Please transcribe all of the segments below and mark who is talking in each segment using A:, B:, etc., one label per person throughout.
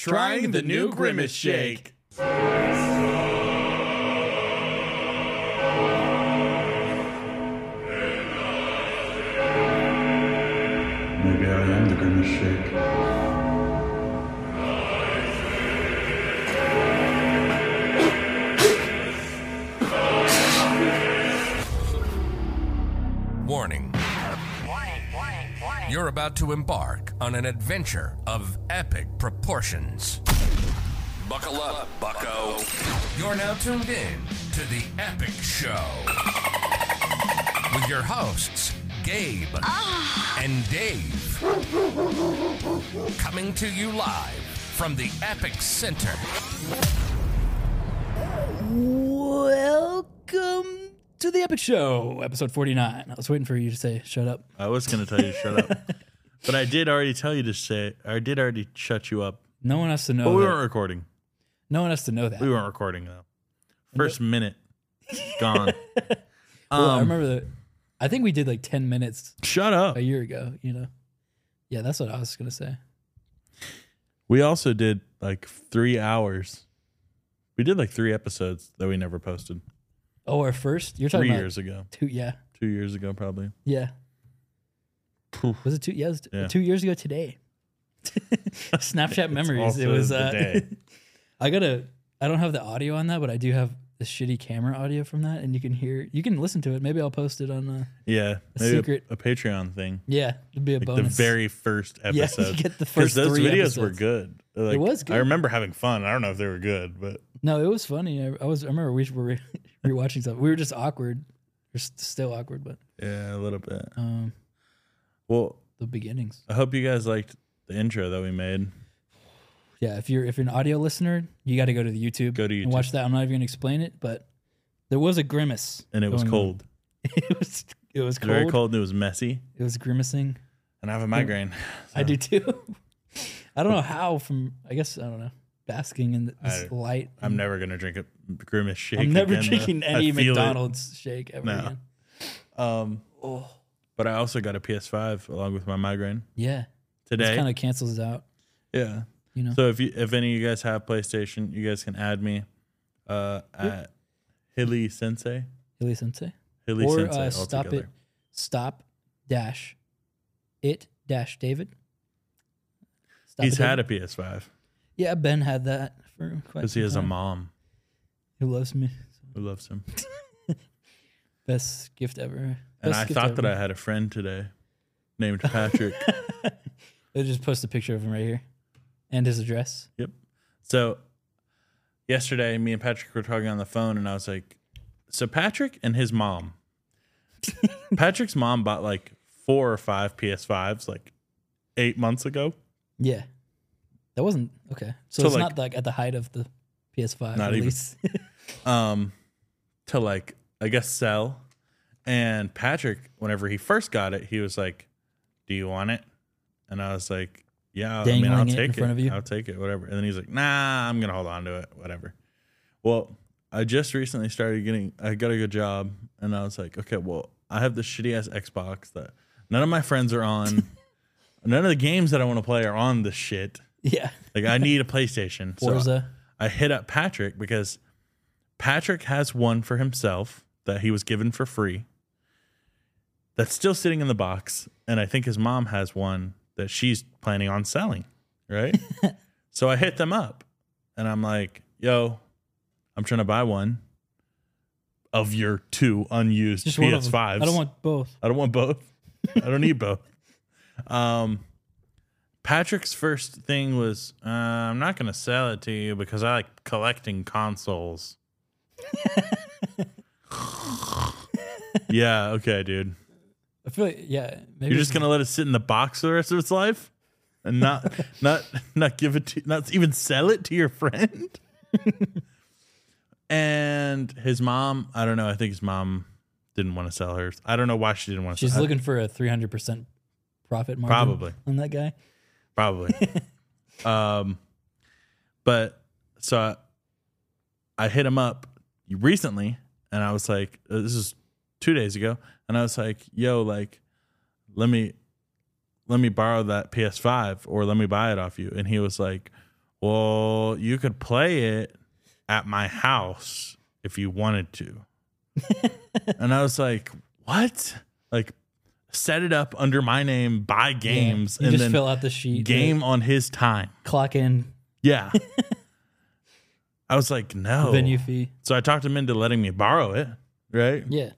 A: Trying the new Grimace Shake.
B: Maybe I am the grimace shake.
C: Warning. You're about to embark on an adventure of epic proportions. Buckle up, bucko. You're now tuned in to The Epic Show with your hosts, Gabe and Dave. Coming to you live from the Epic Center.
D: Welcome to the Epic Show, episode 49. I was waiting for you to say, shut up.
E: I was gonna tell you to shut up, but I did already tell you to say. I did already shut you up.
D: No one has to
E: But
D: know
E: we
D: that.
E: weren't recording.
D: no one has to know that.
E: We weren't recording though. First minute gone.
D: Well, I
E: Um,
D: remember that. I think we did like 10 minutes
E: shut up.
D: a year ago, you know? Yeah, that's what I was going to say.
E: We also did like three hours. We did like three episodes that we never posted
D: Oh, our first? You're
E: three
D: talking about
E: years ago,
D: two. Yeah.
E: two years ago probably.
D: Yeah. Was it two? Yeah, it was t-
E: Yeah.
D: two years ago today. Snapchat memories. It
E: also
D: was.
E: the
D: Uh,
E: day.
D: I gotta. I don't have the audio on that, but I do have the shitty camera audio from that, and you can hear. You can listen to it. Maybe I'll post it on. Uh,
E: Yeah, maybe
D: secret-
E: a, a Patreon thing.
D: yeah, it'd be a
E: Like
D: bonus.
E: the very first
D: you
E: episode.
D: get the
E: 'Cause
D: first
E: those
D: three
E: videos were
D: episodes.
E: good. Like,
D: was good.
E: I remember having fun. I don't know if they were good, but
D: no, it was funny. I, I was. I remember we were re- rewatching stuff. We were just awkward. We're s- still awkward, but
E: yeah, a little bit.
D: um,
E: Well,
D: the beginnings.
E: I hope you guys liked the intro that we made.
D: Yeah, if you're if you're an audio listener, you got to go to the YouTube.
E: Go to
D: and
E: YouTube.
D: watch that. I'm not even gonna explain it, but there was a grimace,
E: And it was
D: going on.
E: cold.
D: it was
E: It
D: it was
E: was
D: cold.
E: very cold and it was messy.
D: It was grimacing.
E: And I have a migraine.
D: I do too. I don't know how from I guess I don't know basking in this
E: I-
D: light.
E: I'm never going to drink a grimace shake.
D: I'm never
E: again, though.
D: drinking any
E: I feel it.
D: McDonald's shake ever
E: No.
D: again.
E: Um, But I also got a PS5 along with my migraine
D: Yeah,
E: today.
D: kind of cancels out.
E: yeah.
D: You know,
E: So if you, if any of you guys have PlayStation, you guys can add me uh, at Hilly Sensei.
D: Hilly Sensei
E: Hilly
D: or
E: Sensei
D: uh, stop it,
E: altogether.
D: stop dash it dash David. Stop
E: He's
D: It David.
E: had a PS5
D: yeah. Ben had that for quite
E: because he
D: some
E: has a
D: time.
E: mom
D: who loves me.
E: who loves him.
D: Best gift ever.
E: And
D: Best
E: I
D: gift
E: thought that
D: ever.
E: I had a friend today named Patrick.
D: They just post a picture of him right here, and his address.
E: So yesterday, me and Patrick were talking on the phone, and I was like, "So Patrick and his mom, Patrick's mom bought like four or five PS5s like eight months ago.
D: Yeah. That wasn't okay. So,
E: So,
D: it's
E: like-
D: not like at the height of the PS5
E: Not even.
D: release.
E: Um, to like I guess sell." And Patrick, whenever he first got it, he was like, "Do you want it?" And I was like, "Yeah, I mean,
D: Dangling
E: I'll
D: it in
E: take it.
D: front of you.
E: I'll take it, whatever." And then he's like, "Nah, I'm gonna hold on to it, whatever." Well, I just recently started getting. I got a good job, and I was like, "Okay, well, I have this shitty ass Xbox that none of my friends are on. none of the games that I want to play are on this shit.
D: yeah.
E: Like, I need a PlayStation." So uh,
D: Forza.
E: I hit up Patrick because Patrick has one for himself that he was given for free that's still sitting in the box. And I think his mom has one that she's planning on selling, right? so I hit them up and I'm like, yo, I'm trying to buy one of your two unused
D: Just one of them.
E: PS5s.
D: I don't want both.
E: I don't want both. I don't need both. Um, Patrick's first thing was, uh, I'm not going to sell it to you because I like collecting consoles. yeah, okay, dude.
D: I feel like yeah, maybe
E: You're just going to let it sit in the box for the rest of its life and not not not give it to not even sell it to your friend? and his mom, I don't know, I think his mom didn't want to sell hers. I don't know why she didn't want to
D: she's
E: sell
D: looking for a 300% profit margin
E: uh, Probably.
D: on that guy.
E: probably. um, but so I, I hit him up recently, and I was like, uh, this is two days ago, and I was like, yo, like, let me let me borrow that PS5 or let me buy it off you, and he was like, Well, you could play it at my house if you wanted to. and I was like, What? Like, set it up under my name, buy games,
D: You
E: and
D: just
E: then
D: fill out the sheet.
E: game on his time.
D: like, clock in,
E: Yeah. I was like, No.
D: venue fee.
E: So I talked him into letting me borrow it, right?
D: Yeah.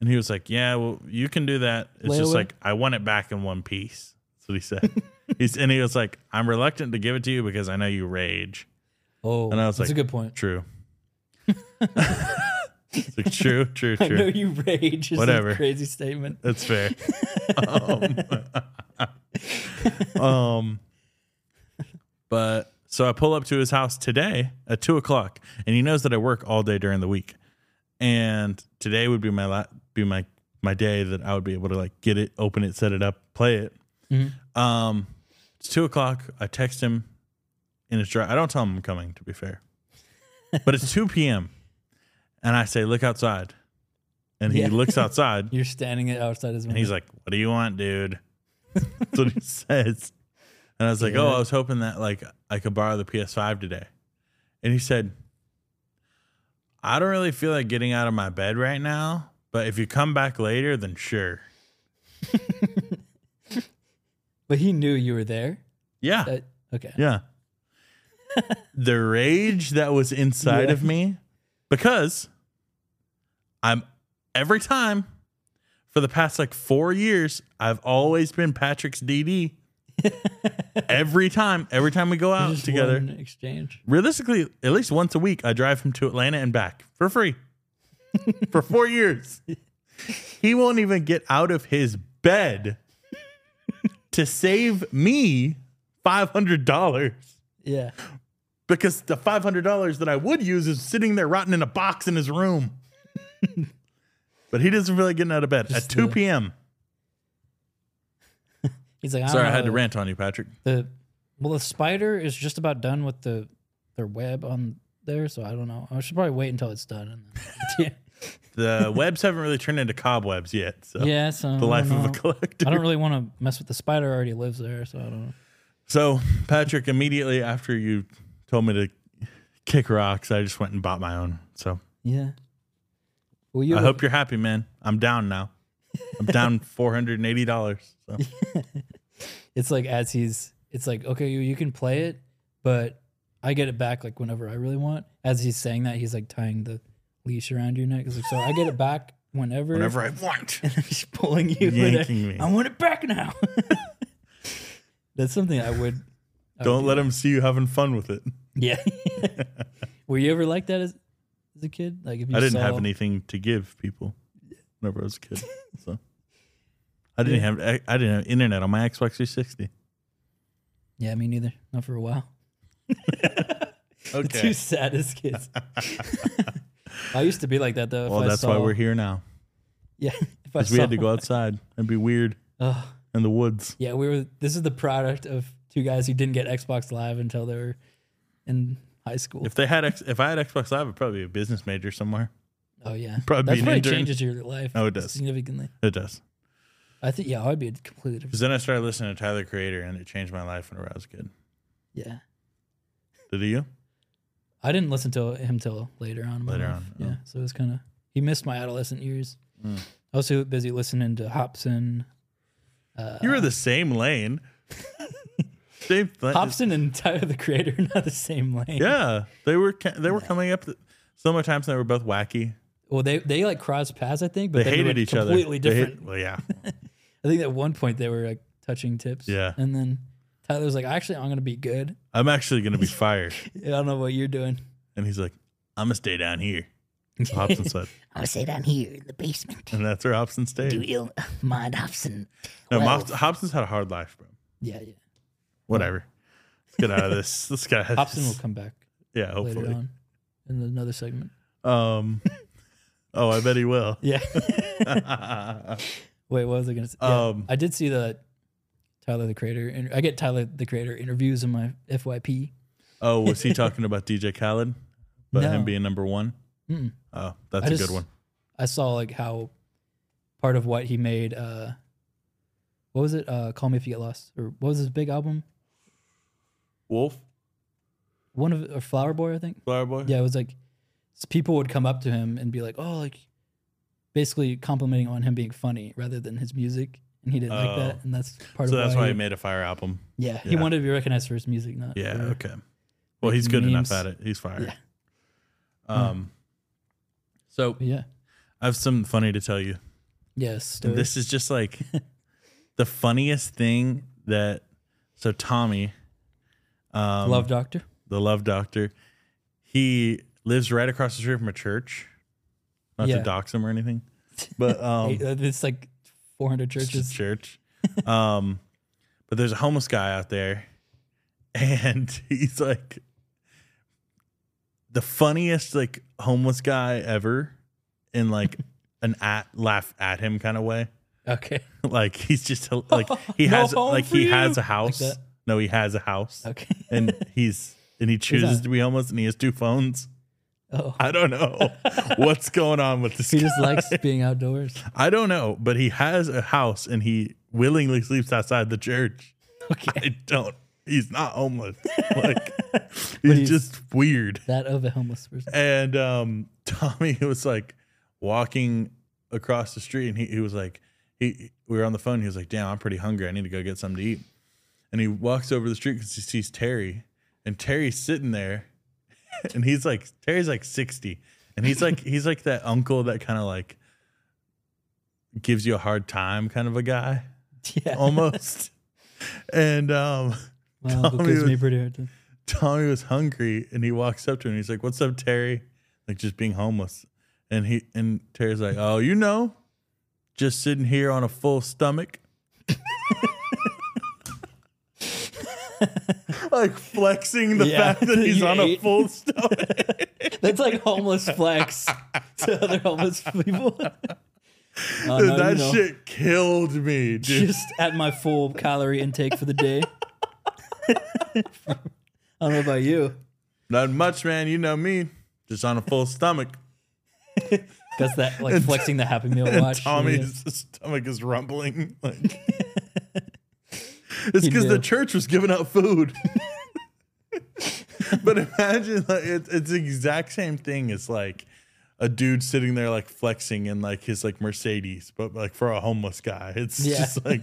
E: And he was like, "Yeah, well, you can do that. It's just
D: Layaway?
E: like I want it back in one piece." That's what he said. He's and he was like, "I'm reluctant to give it to you because I know you rage."
D: Oh,
E: And I was
D: that's
E: like,
D: a good point.
E: True. it's like, true, true,
D: I know
E: true.
D: you rage. Is
E: Whatever.
D: A crazy statement.
E: That's fair. um, um, but so I pull up to his house today at two o'clock, and he knows that I work all day during the week, and today would be my la- be my my day that I would be able to like get it, open it, set it up, play it. Um, it's two o'clock. I text him in his drive. I don't tell him I'm coming, to be fair, but it's two p.m. and I say, "Look outside," and he
D: Yeah.
E: looks outside.
D: You're standing outside his
E: And
D: window.
E: he's like, "What do you want, dude?" That's what he says. And I was like, "Oh, I was hoping that like I could borrow the PS5 today." And he said, "I don't really feel like getting out of my bed right now, but if you come back later, then sure."
D: but he knew you were there.
E: Yeah.
D: That- okay.
E: Yeah. the rage that was inside
D: Yeah.
E: of me because I'm every time for the past like four years, I've always been Patrick's DD. every time, every time we go out
D: Just
E: together,
D: one exchange.
E: realistically, at least once a week, I drive him to Atlanta and back for free for four years. He won't even get out of his bed to save me $500
D: Yeah.
E: because the $500 that I would use is sitting there rotting in a box in his room. but he doesn't feel like getting out of bed
D: Just
E: at 2
D: the-
E: p.m.
D: He's like, I
E: Sorry, I
D: don't
E: had to
D: know.
E: rant on you, Patrick.
D: The well, the spider is just about done with the their web on there, so I don't know. I should probably wait until it's done. And then,
E: The webs haven't really turned into cobwebs yet. So
D: yeah. yeah. So
E: the life of a
D: collector.
E: collector.
D: I don't really want to mess with the spider. Already lives there, so I don't know.
E: So, Patrick, immediately after you told me to kick rocks, I just went and bought my own. So,
D: Yeah. Well, you
E: I hope you're happy, man. I'm down now. I'm down $480. So,
D: it's like as he's it's like okay you, you can play it but i get it back like whenever i really want as he's saying that he's like tying the leash around your neck It's like, so i get it back whenever
E: whenever I want.
D: and i'm just pulling you with
E: Yanking
D: it.
E: me.
D: i want it back now that's something i would I would
E: Don't
D: do.
E: let him see you having fun with it.
D: yeah were you ever like that as, as a kid like if you
E: I didn't
D: saw,
E: have anything to give people whenever I was a kid. So, I didn't have I, I didn't have internet on my Xbox 360.
D: yeah me neither not for a while the two
E: Okay.
D: saddest kids i used to be like that though if
E: Well,
D: I
E: that's
D: saw,
E: why we're here now.
D: yeah if I
E: Cuz we had
D: saw-
E: to go outside and be weird
D: Ugh.
E: in the woods.
D: Yeah, we were. This is the product of two guys who didn't get Xbox Live until they were in high school.
E: If they had X, if I had Xbox Live, I'd probably be a business major somewhere.
D: oh yeah,
E: probably
D: that's
E: an
D: probably
E: intern.
D: changes your life.
E: Oh, it does.
D: significantly.
E: It does.
D: I think yeah, I'd be a completely different.
E: Because then I started listening to Tyler the Creator, and it changed my life whenever I was a kid.
D: Yeah,
E: Did you?
D: I didn't listen to him till later on. in my
E: Later
D: life.
E: on, oh. Mm.
D: yeah. So it was kind of he missed my adolescent years. I was too busy listening to Hobson, Uh,
E: you were the same lane. same thing.
D: Hobson and Tyler the Creator, are not the same lane.
E: Yeah, they were ca- they were coming up th- similar times. And they were both wacky.
D: Well, they they like crossed paths, I think, but
E: They
D: then
E: hated
D: were
E: each other.
D: completely
E: They hate-
D: different.
E: well, yeah,
D: I think at one point they were like touching tips.
E: Yeah.
D: And then Tyler's like, actually, I'm gonna be good.
E: I'm actually gonna be fired.
D: I don't know what you're doing.
E: And he's like, I'm gonna stay down here. So Hobson said,
F: I'll say down here in the basement.
E: and that's where Hobson stayed.
F: Do you mind Hobson?
E: no,
F: well-
E: Mobs- Hobson's had a hard life, bro.
D: Yeah, yeah.
E: Whatever. Let's get out of this. Let's get out of
D: Hobson will
E: this.
D: come back
E: Yeah, hopefully.
D: later on in another segment.
E: Um. oh, I bet he will.
D: Yeah. Wait, what was I gonna say? Yeah,
E: Um,
D: I did see the Tyler the Creator, and I get Tyler the Creator interviews in my FYP.
E: Oh, was he talking about DJ Khaled? About
D: No.
E: him being number one? Oh, that's
D: I
E: a
D: just-
E: good one.
D: I saw like how part of what he made. uh What was it? Uh Call Me If You Get Lost, or what was his big album?
E: Wolf?
D: one of or Flower Boy, I think.
E: Flower boy.
D: Yeah, it was like s- people would come up to him and be like, "Oh, like," basically complimenting on him being funny rather than his music, and he didn't like
E: Oh.
D: that, and that's part
E: So
D: of
E: that's why
D: he,
E: he made a fire album.
D: Yeah, he
E: yeah.
D: wanted to be recognized for his music, not
E: Yeah.
D: for-
E: Okay. Well, he's good
D: memes.
E: enough at it. He's fired.
D: Yeah.
E: Um. So
D: But yeah,
E: I have something funny to tell you.
D: yes.
E: And this is just like the funniest thing that. So Tommy, um,
D: Love Doctor.
E: the love doctor, he lives right across the street from a church. Not
D: Yeah.
E: to dox him or anything, but um,
D: Hey, uh, it's like 400
E: just
D: churches.
E: a church. um, but there's a homeless guy out there, and he's like the funniest like homeless guy ever, in like an at laugh at him kind of way.
D: Okay.
E: Like he's just like he
D: No
E: has
D: home
E: like
D: for
E: he
D: you.
E: has a house.
D: that?
E: no, he has a house,
D: Okay.
E: and he's and he chooses
D: that?
E: to be homeless, and he has two phones.
D: Oh.
E: I don't know what's going on with this.
D: He just
E: guy.
D: likes being outdoors.
E: I don't know, but he has a house and he willingly sleeps outside the church.
D: Okay.
E: I don't. He's not homeless. Like he's,
D: he's-
E: just weird.
D: That of a homeless person.
E: And um, Tommy was like walking across the street, and he, he was like, he we were on the phone. He was like, "Damn, I'm pretty hungry. I need to go get something to eat." And he walks over the street because he sees Terry, and Terry's sitting there, and he's like, Terry's like 60, and he's like, he's like that uncle that kind of like gives you a hard time kind of a guy
D: Yeah.
E: Oh, almost. and um,
D: Wow, that
E: Tommy
D: gives me
E: was-
D: pretty hard time.
E: Tommy was hungry and he walks up to him and he's like, What's up, Terry? Like just being homeless. And he and Terry's like, Oh, you know, just sitting here on a full stomach. like flexing the
D: Yeah.
E: fact that he's
D: You
E: on a
D: ate.
E: full stomach.
D: That's like homeless flex to other homeless people. Uh, Oh, no, you
E: that
D: know.
E: shit killed me, dude.
D: Just at my full calorie intake for the day. I don't know about you.
E: Not much, man. You know me. Just on a full stomach.
D: That's that like flexing the Happy Meal
E: And
D: watch.
E: Tommy's stomach is rumbling. Like, it's because
D: knew.
E: the church was giving out food. but imagine like it, it's the exact same thing as like a dude sitting there like flexing in like his like Mercedes, but like for a homeless guy, it's
D: Yeah.
E: just like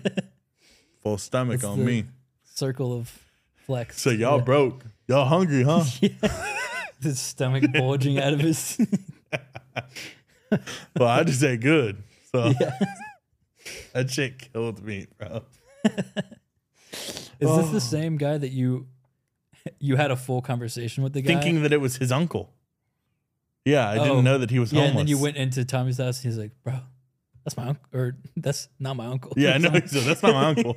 E: full stomach
D: It's
E: on
D: the-
E: me.
D: circle of flex.
E: So y'all
D: Yeah.
E: broke, y'all hungry, huh?
D: his stomach bulging out of his.
E: well, I just ate good, so that shit killed me, bro.
D: Is
E: Oh.
D: this the same guy that you you had a full conversation with the guy?
E: thinking that it was his uncle. Yeah, I didn't
D: Oh.
E: know that he was
D: yeah,
E: homeless.
D: and then you went into Tommy's house and he's like, "Bro, that's my uncle, or that's not my uncle."
E: Yeah, I know. So that's not my uncle.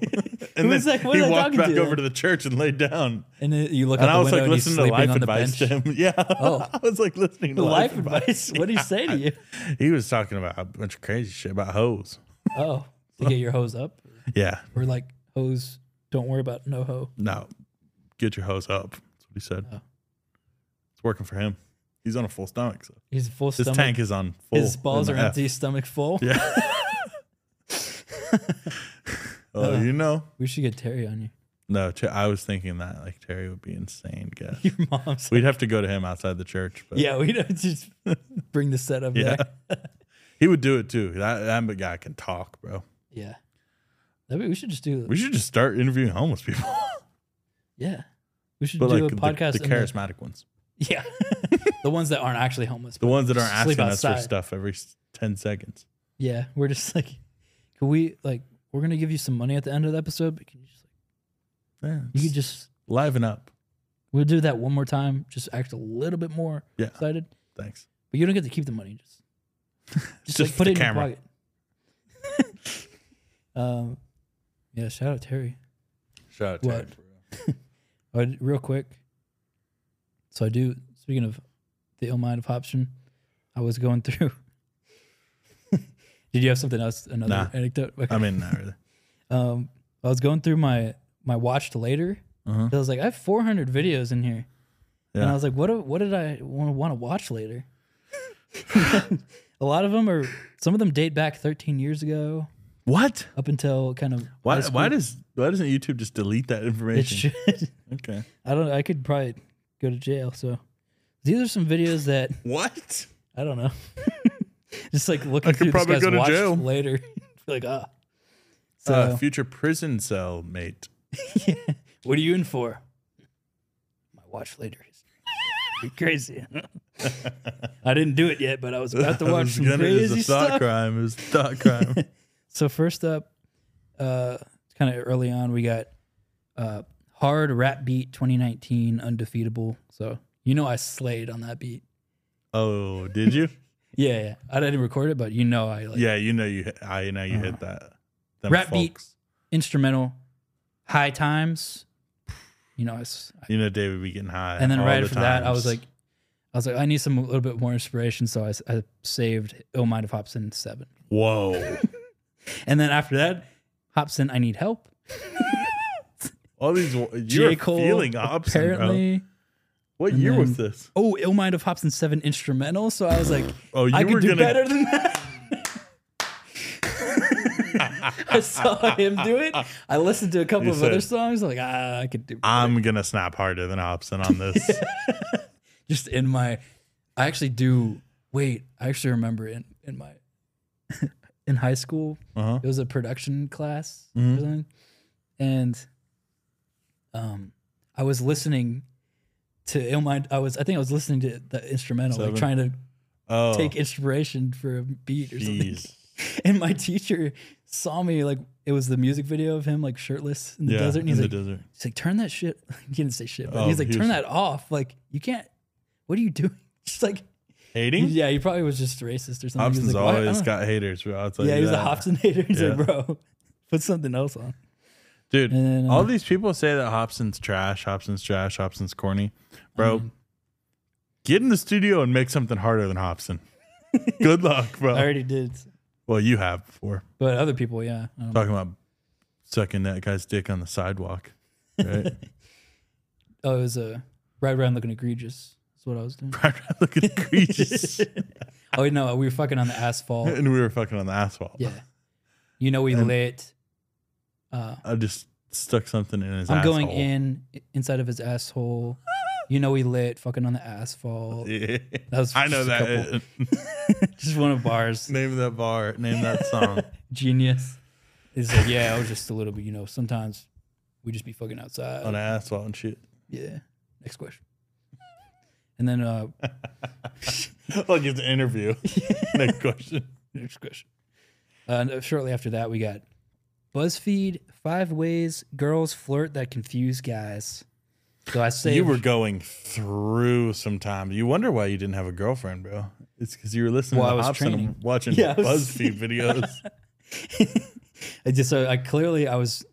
E: and
D: was
E: then
D: like, what
E: he
D: am I
E: walked
D: talking
E: back
D: to?
E: over to the church and laid down.
D: And then you look
E: And
D: out
E: I was
D: the window
E: like
D: and he's
E: listening to
D: sleeping
E: life
D: on the
E: advice
D: bench.
E: to him. Yeah.
D: Oh.
E: I was like listening to
D: Life advice. What did he say to you?
E: He was talking about a bunch of crazy shit about hoes.
D: Oh, to get your hose up,
E: Yeah.
D: or like hose. Don't worry about no hoe.
E: No. Get your hose up. That's what he said.
D: Oh.
E: It's working for him. He's on a full stomach. So
D: He's full
E: his
D: stomach.
E: tank is on full.
D: his balls
E: in
D: are
E: the F.
D: empty, stomach full.
E: Oh, you know.
D: We should get Terry on you.
E: No, Ter- I was thinking that like Terry would be insane. Guy.
D: Your mom's.
E: We'd have to go to him outside the church. But
D: yeah, we don't just bring the set up
E: Yeah.
D: there.
E: he would do it too. That, that guy can talk, bro.
D: Yeah. Maybe we should just do.
E: We should just start interviewing homeless people,
D: yeah. We should
E: but
D: do
E: like
D: a
E: the,
D: podcast.
E: the
D: in the-
E: charismatic ones,
D: Yeah. the ones that aren't actually homeless.
E: the
D: but
E: ones that aren't
D: sleep
E: asking us for
D: outside.
E: stuff every s- ten seconds.
D: Yeah. We're just like, can we, like, we're going to give you some money at the end of the episode, but can you just,
E: Yeah,
D: you
E: just
D: could just,
E: liven up.
D: we'll do that one more time. Just act a little bit more
E: Yeah.
D: excited.
E: Thanks.
D: But you don't get to keep the money. Just, just, like,
E: Just
D: put
E: the
D: it
E: camera.
D: in your pocket. um, yeah. Shout out Terry.
E: Shout out
D: What?
E: Terry.
D: Oh, d- real quick. So I do. Speaking of the ill mind of Hobson, I was going through. Did you have something else? Another
E: Nah.
D: anecdote? Okay.
E: I mean, not really.
D: um, I was going through my my watched later.
E: Uh-huh.
D: I was like, I have 400 videos in here, and
E: Yeah.
D: I was like, what do- what did I want to watch later? A lot of them are. Some of them date back 13 years ago,
E: What?
D: up until kind of.
E: Why?
D: high school.
E: Why does? Why doesn't YouTube just delete that
D: it
E: information?
D: should?
E: Okay.
D: I don't. I could probably go to jail. So these are some videos that
E: What?
D: I don't know. Just like looking
E: I could
D: through
E: probably
D: this
E: go
D: guy's
E: to
D: watch
E: jail.
D: later. like, ah. So,
E: Uh, future prison cell mate.
D: what are you in for? My watch later history. Be crazy. I didn't do it yet, but I was about to
E: I
D: watch
E: was
D: some
E: gonna- it was
D: crazy
E: a thought
D: stuff.
E: crime. It was a thought crime.
D: So first up, uh, kind of early on, we got uh, hard rap beat 2019 undefeatable. So you know I slayed on that beat.
E: oh, did you?
D: Yeah, yeah. I didn't record it, but you know I like
E: yeah, you know you. hit- I know you hit that. Them
D: Uh, Rap beat.
E: folks.
D: instrumental, high times. You know, I s
E: You know David be getting high.
D: and then
E: all
D: right
E: the
D: after that, I was
E: times.
D: like, I was like, I need some a little bit more inspiration. So I, s- I saved "Oh Mind of Hobson" seven,
E: "Whoa!"
D: and then after that, Hobson, I need help.
E: All these you're feeling opposite. Apparently,
D: apparently.
E: What year
D: then-
E: was this?
D: oh, Ill Mind of Hobson 7 instrumental. So I was like,
E: Oh, you
D: I could
E: were
D: do
E: gonna-
D: better than that. I saw him do it. I listened to a couple
E: You
D: of other
E: said-
D: songs. like, ah, I could do better.
E: I'm gonna snap harder than Hobson on this.
D: just in my. I actually do. Wait, I actually remember in, in my. in high school,
E: Uh-huh. Mm-hmm.
D: it was a production class or something, and um, I was listening to Ill Mind. I was, I think, I was listening to the instrumental,
E: Seven.
D: like trying to
E: Oh,
D: take inspiration for a beat or
E: jeez.
D: something. And my teacher saw me like it was the music video of him like shirtless in the
E: Yeah,
D: desert, and he's
E: in
D: like,
E: the desert.
D: he's like, turn that shit. He didn't say shit,
E: Oh,
D: but he's like,
E: he
D: turn
E: was-
D: that off. Like you can't. What are you doing? Just like
E: Hating.
D: yeah, he probably was just racist or something. He
E: Hobson's
D: was like, "Why- I
E: always
D: don't-
E: got haters. Bro. I'll tell
D: yeah,
E: you
D: he was a
E: that.
D: Hobson hater. He's
E: Yeah.
D: like, bro, put something else on.
E: Dude,
D: And, uh,
E: all these people say that Hobson's trash, Hobson's trash, Hobson's corny. Bro,
D: Mm-hmm.
E: get in the studio and make something harder than Hobson. Good luck, bro.
D: I already did,
E: well, you have before.
D: but other people, yeah. Um, I don't know.
E: Talking about sucking that guy's dick on the sidewalk. Right?
D: Oh, it was a uh, right around looking egregious. That's what I was doing.
E: Look at egregious.
D: Oh wait, no, we were fucking on the asphalt.
E: and we were fucking on the asphalt.
D: Yeah. You know we lit. Uh,
E: I just stuck something in his
D: I'm
E: asshole.
D: going in inside of his asshole. You know we lit fucking on the asphalt.
E: Yeah.
D: That was
E: I know
D: just a
E: that.
D: Just one of bars.
E: name of that bar, name that song.
D: Genius. It's like, yeah, I was just a little bit, you know, sometimes we just be fucking outside.
E: on the asphalt and shit.
D: yeah. Next question. And then uh
E: like it's an interview. Next question.
D: next question. Uh, and shortly after that we got BuzzFeed five ways girls flirt that confuse guys. So I say
E: You were going through some time. You wonder why you didn't have a girlfriend, bro. It's because you were listening
D: Well,
E: to
D: I was
E: Hobson
D: training.
E: and watching
D: Yeah, I was-
E: BuzzFeed videos.
D: I just so I clearly I was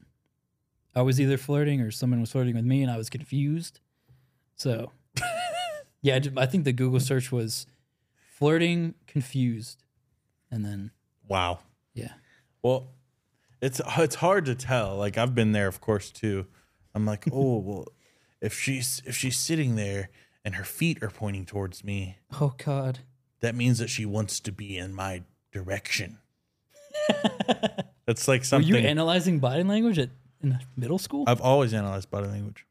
D: I was either flirting or someone was flirting with me and I was confused. So yeah, I, ju- I think the Google search was flirting confused, and then
E: wow.
D: yeah,
E: Well, it's it's hard to tell. Like I've been there, of course, too. I'm like, oh well, if she's if she's sitting there and her feet are pointing towards me,
D: oh god,
E: that means that she wants to be in my direction. That's like something
D: were you analyzing body language at in middle school?
E: I've always analyzed body language.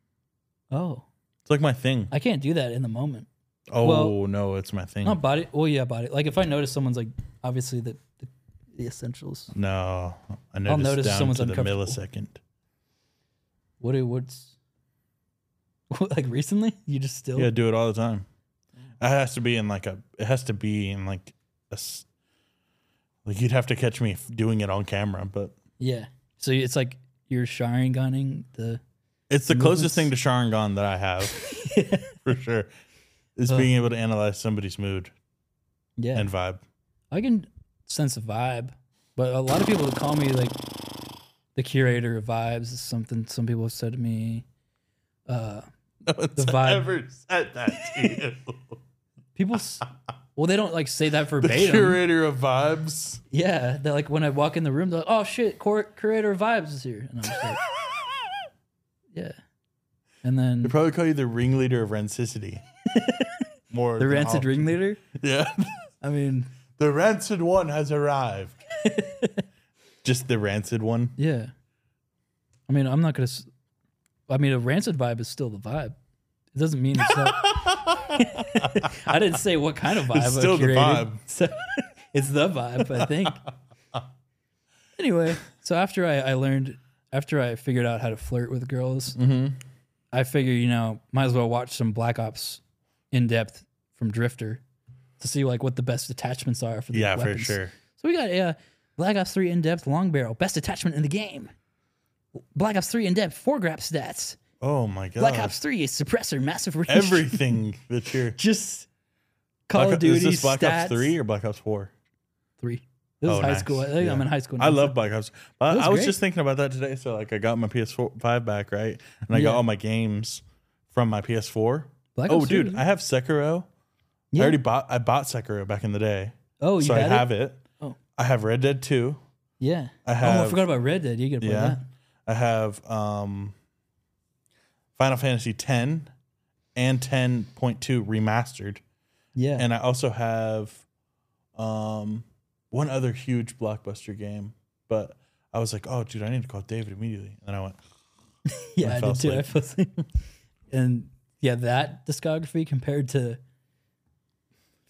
D: oh,
E: It's like my thing.
D: I can't do that in the moment.
E: Oh
D: well,
E: no, it's my thing.
D: Not body. Well, yeah, body. Like if I notice someone's like obviously the the, the essentials.
E: No, I noticed
D: notice
E: down
D: someone's
E: to the
D: uncomfortable.
E: millisecond.
D: What do what's like recently? You just still
E: Yeah, I do it all the time. It has to be in like a. It has to be in like a. s- Like you'd have to catch me f- doing it on camera, but
D: Yeah. So it's like you're Sharinganing the.
E: it's the closest
D: movements.
E: thing to Sharingan that I have, for sure. Is being able to analyze somebody's mood
D: Yeah.
E: and vibe.
D: I can sense a vibe, but a lot of people call me like the curator of vibes is something some people have said to me. Uh,
E: No one's
D: vibe.
E: ever said that to you.
D: people, s- well, they don't like say that
E: the
D: verbatim.
E: curator of vibes.
D: yeah. They're like, when I walk in the room, they're like, oh shit, cor- curator of vibes is here. And I'm just like, yeah. And
E: They
D: then
E: probably call you the ringleader of rancicity. More
D: the
E: than
D: rancid
E: all-
D: ringleader.
E: Yeah.
D: I mean,
E: The rancid one has arrived. Just the rancid one.
D: yeah. I mean, I'm not going to, I mean, a rancid vibe is still the vibe. It doesn't mean it's not. I didn't say what kind of vibe.
E: It's
D: I
E: still the
D: curated.
E: vibe.
D: So it's the vibe, I think. anyway, so after I, I learned, after I figured out how to flirt with girls,
E: Mm-hmm.
D: I figure you know might as well watch some Black Ops in depth from Drifter to see like what the best attachments are for the
E: Yeah,
D: weapons.
E: for sure.
D: So we got uh, Black Ops 3 in depth long barrel, best attachment in the game. Black Ops 3 in depth four grab stats.
E: Oh my god.
D: Black Ops 3 is suppressor, massive range.
E: Everything that you're
D: just Call
E: Black-
D: of Duty
E: Is this Black
D: stats.
E: Ops three or Black Ops four?
D: Three. This
E: Oh,
D: is high
E: nice.
D: school. I think I'm
E: Yeah.
D: in high school. now.
E: I love Black Ops. I,
D: That's
E: I was
D: great.
E: just thinking about that today. So like, I got my PS5 back, right? And I
D: Yeah.
E: got all my games from my PS4.
D: Black
E: oh,
D: Ops 3,
E: dude,
D: yeah.
E: I have Sekiro.
D: Yeah.
E: I already bought. I bought Sekiro back in the day,
D: Oh, you
E: so I
D: had
E: have
D: it?
E: it.
D: Oh.
E: I have Red Dead Two.
D: Yeah.
E: I
D: oh, I
E: have-
D: forgot about Red Dead. You get to play
E: Yeah,
D: that.
E: I have um, Final Fantasy X and ten point two remastered.
D: Yeah.
E: and I also have um one other huge blockbuster game, but I was like, oh dude, I need to call David immediately. And I went,
D: yeah, I,
E: fell
D: did too. I fell asleep. and yeah, that discography compared to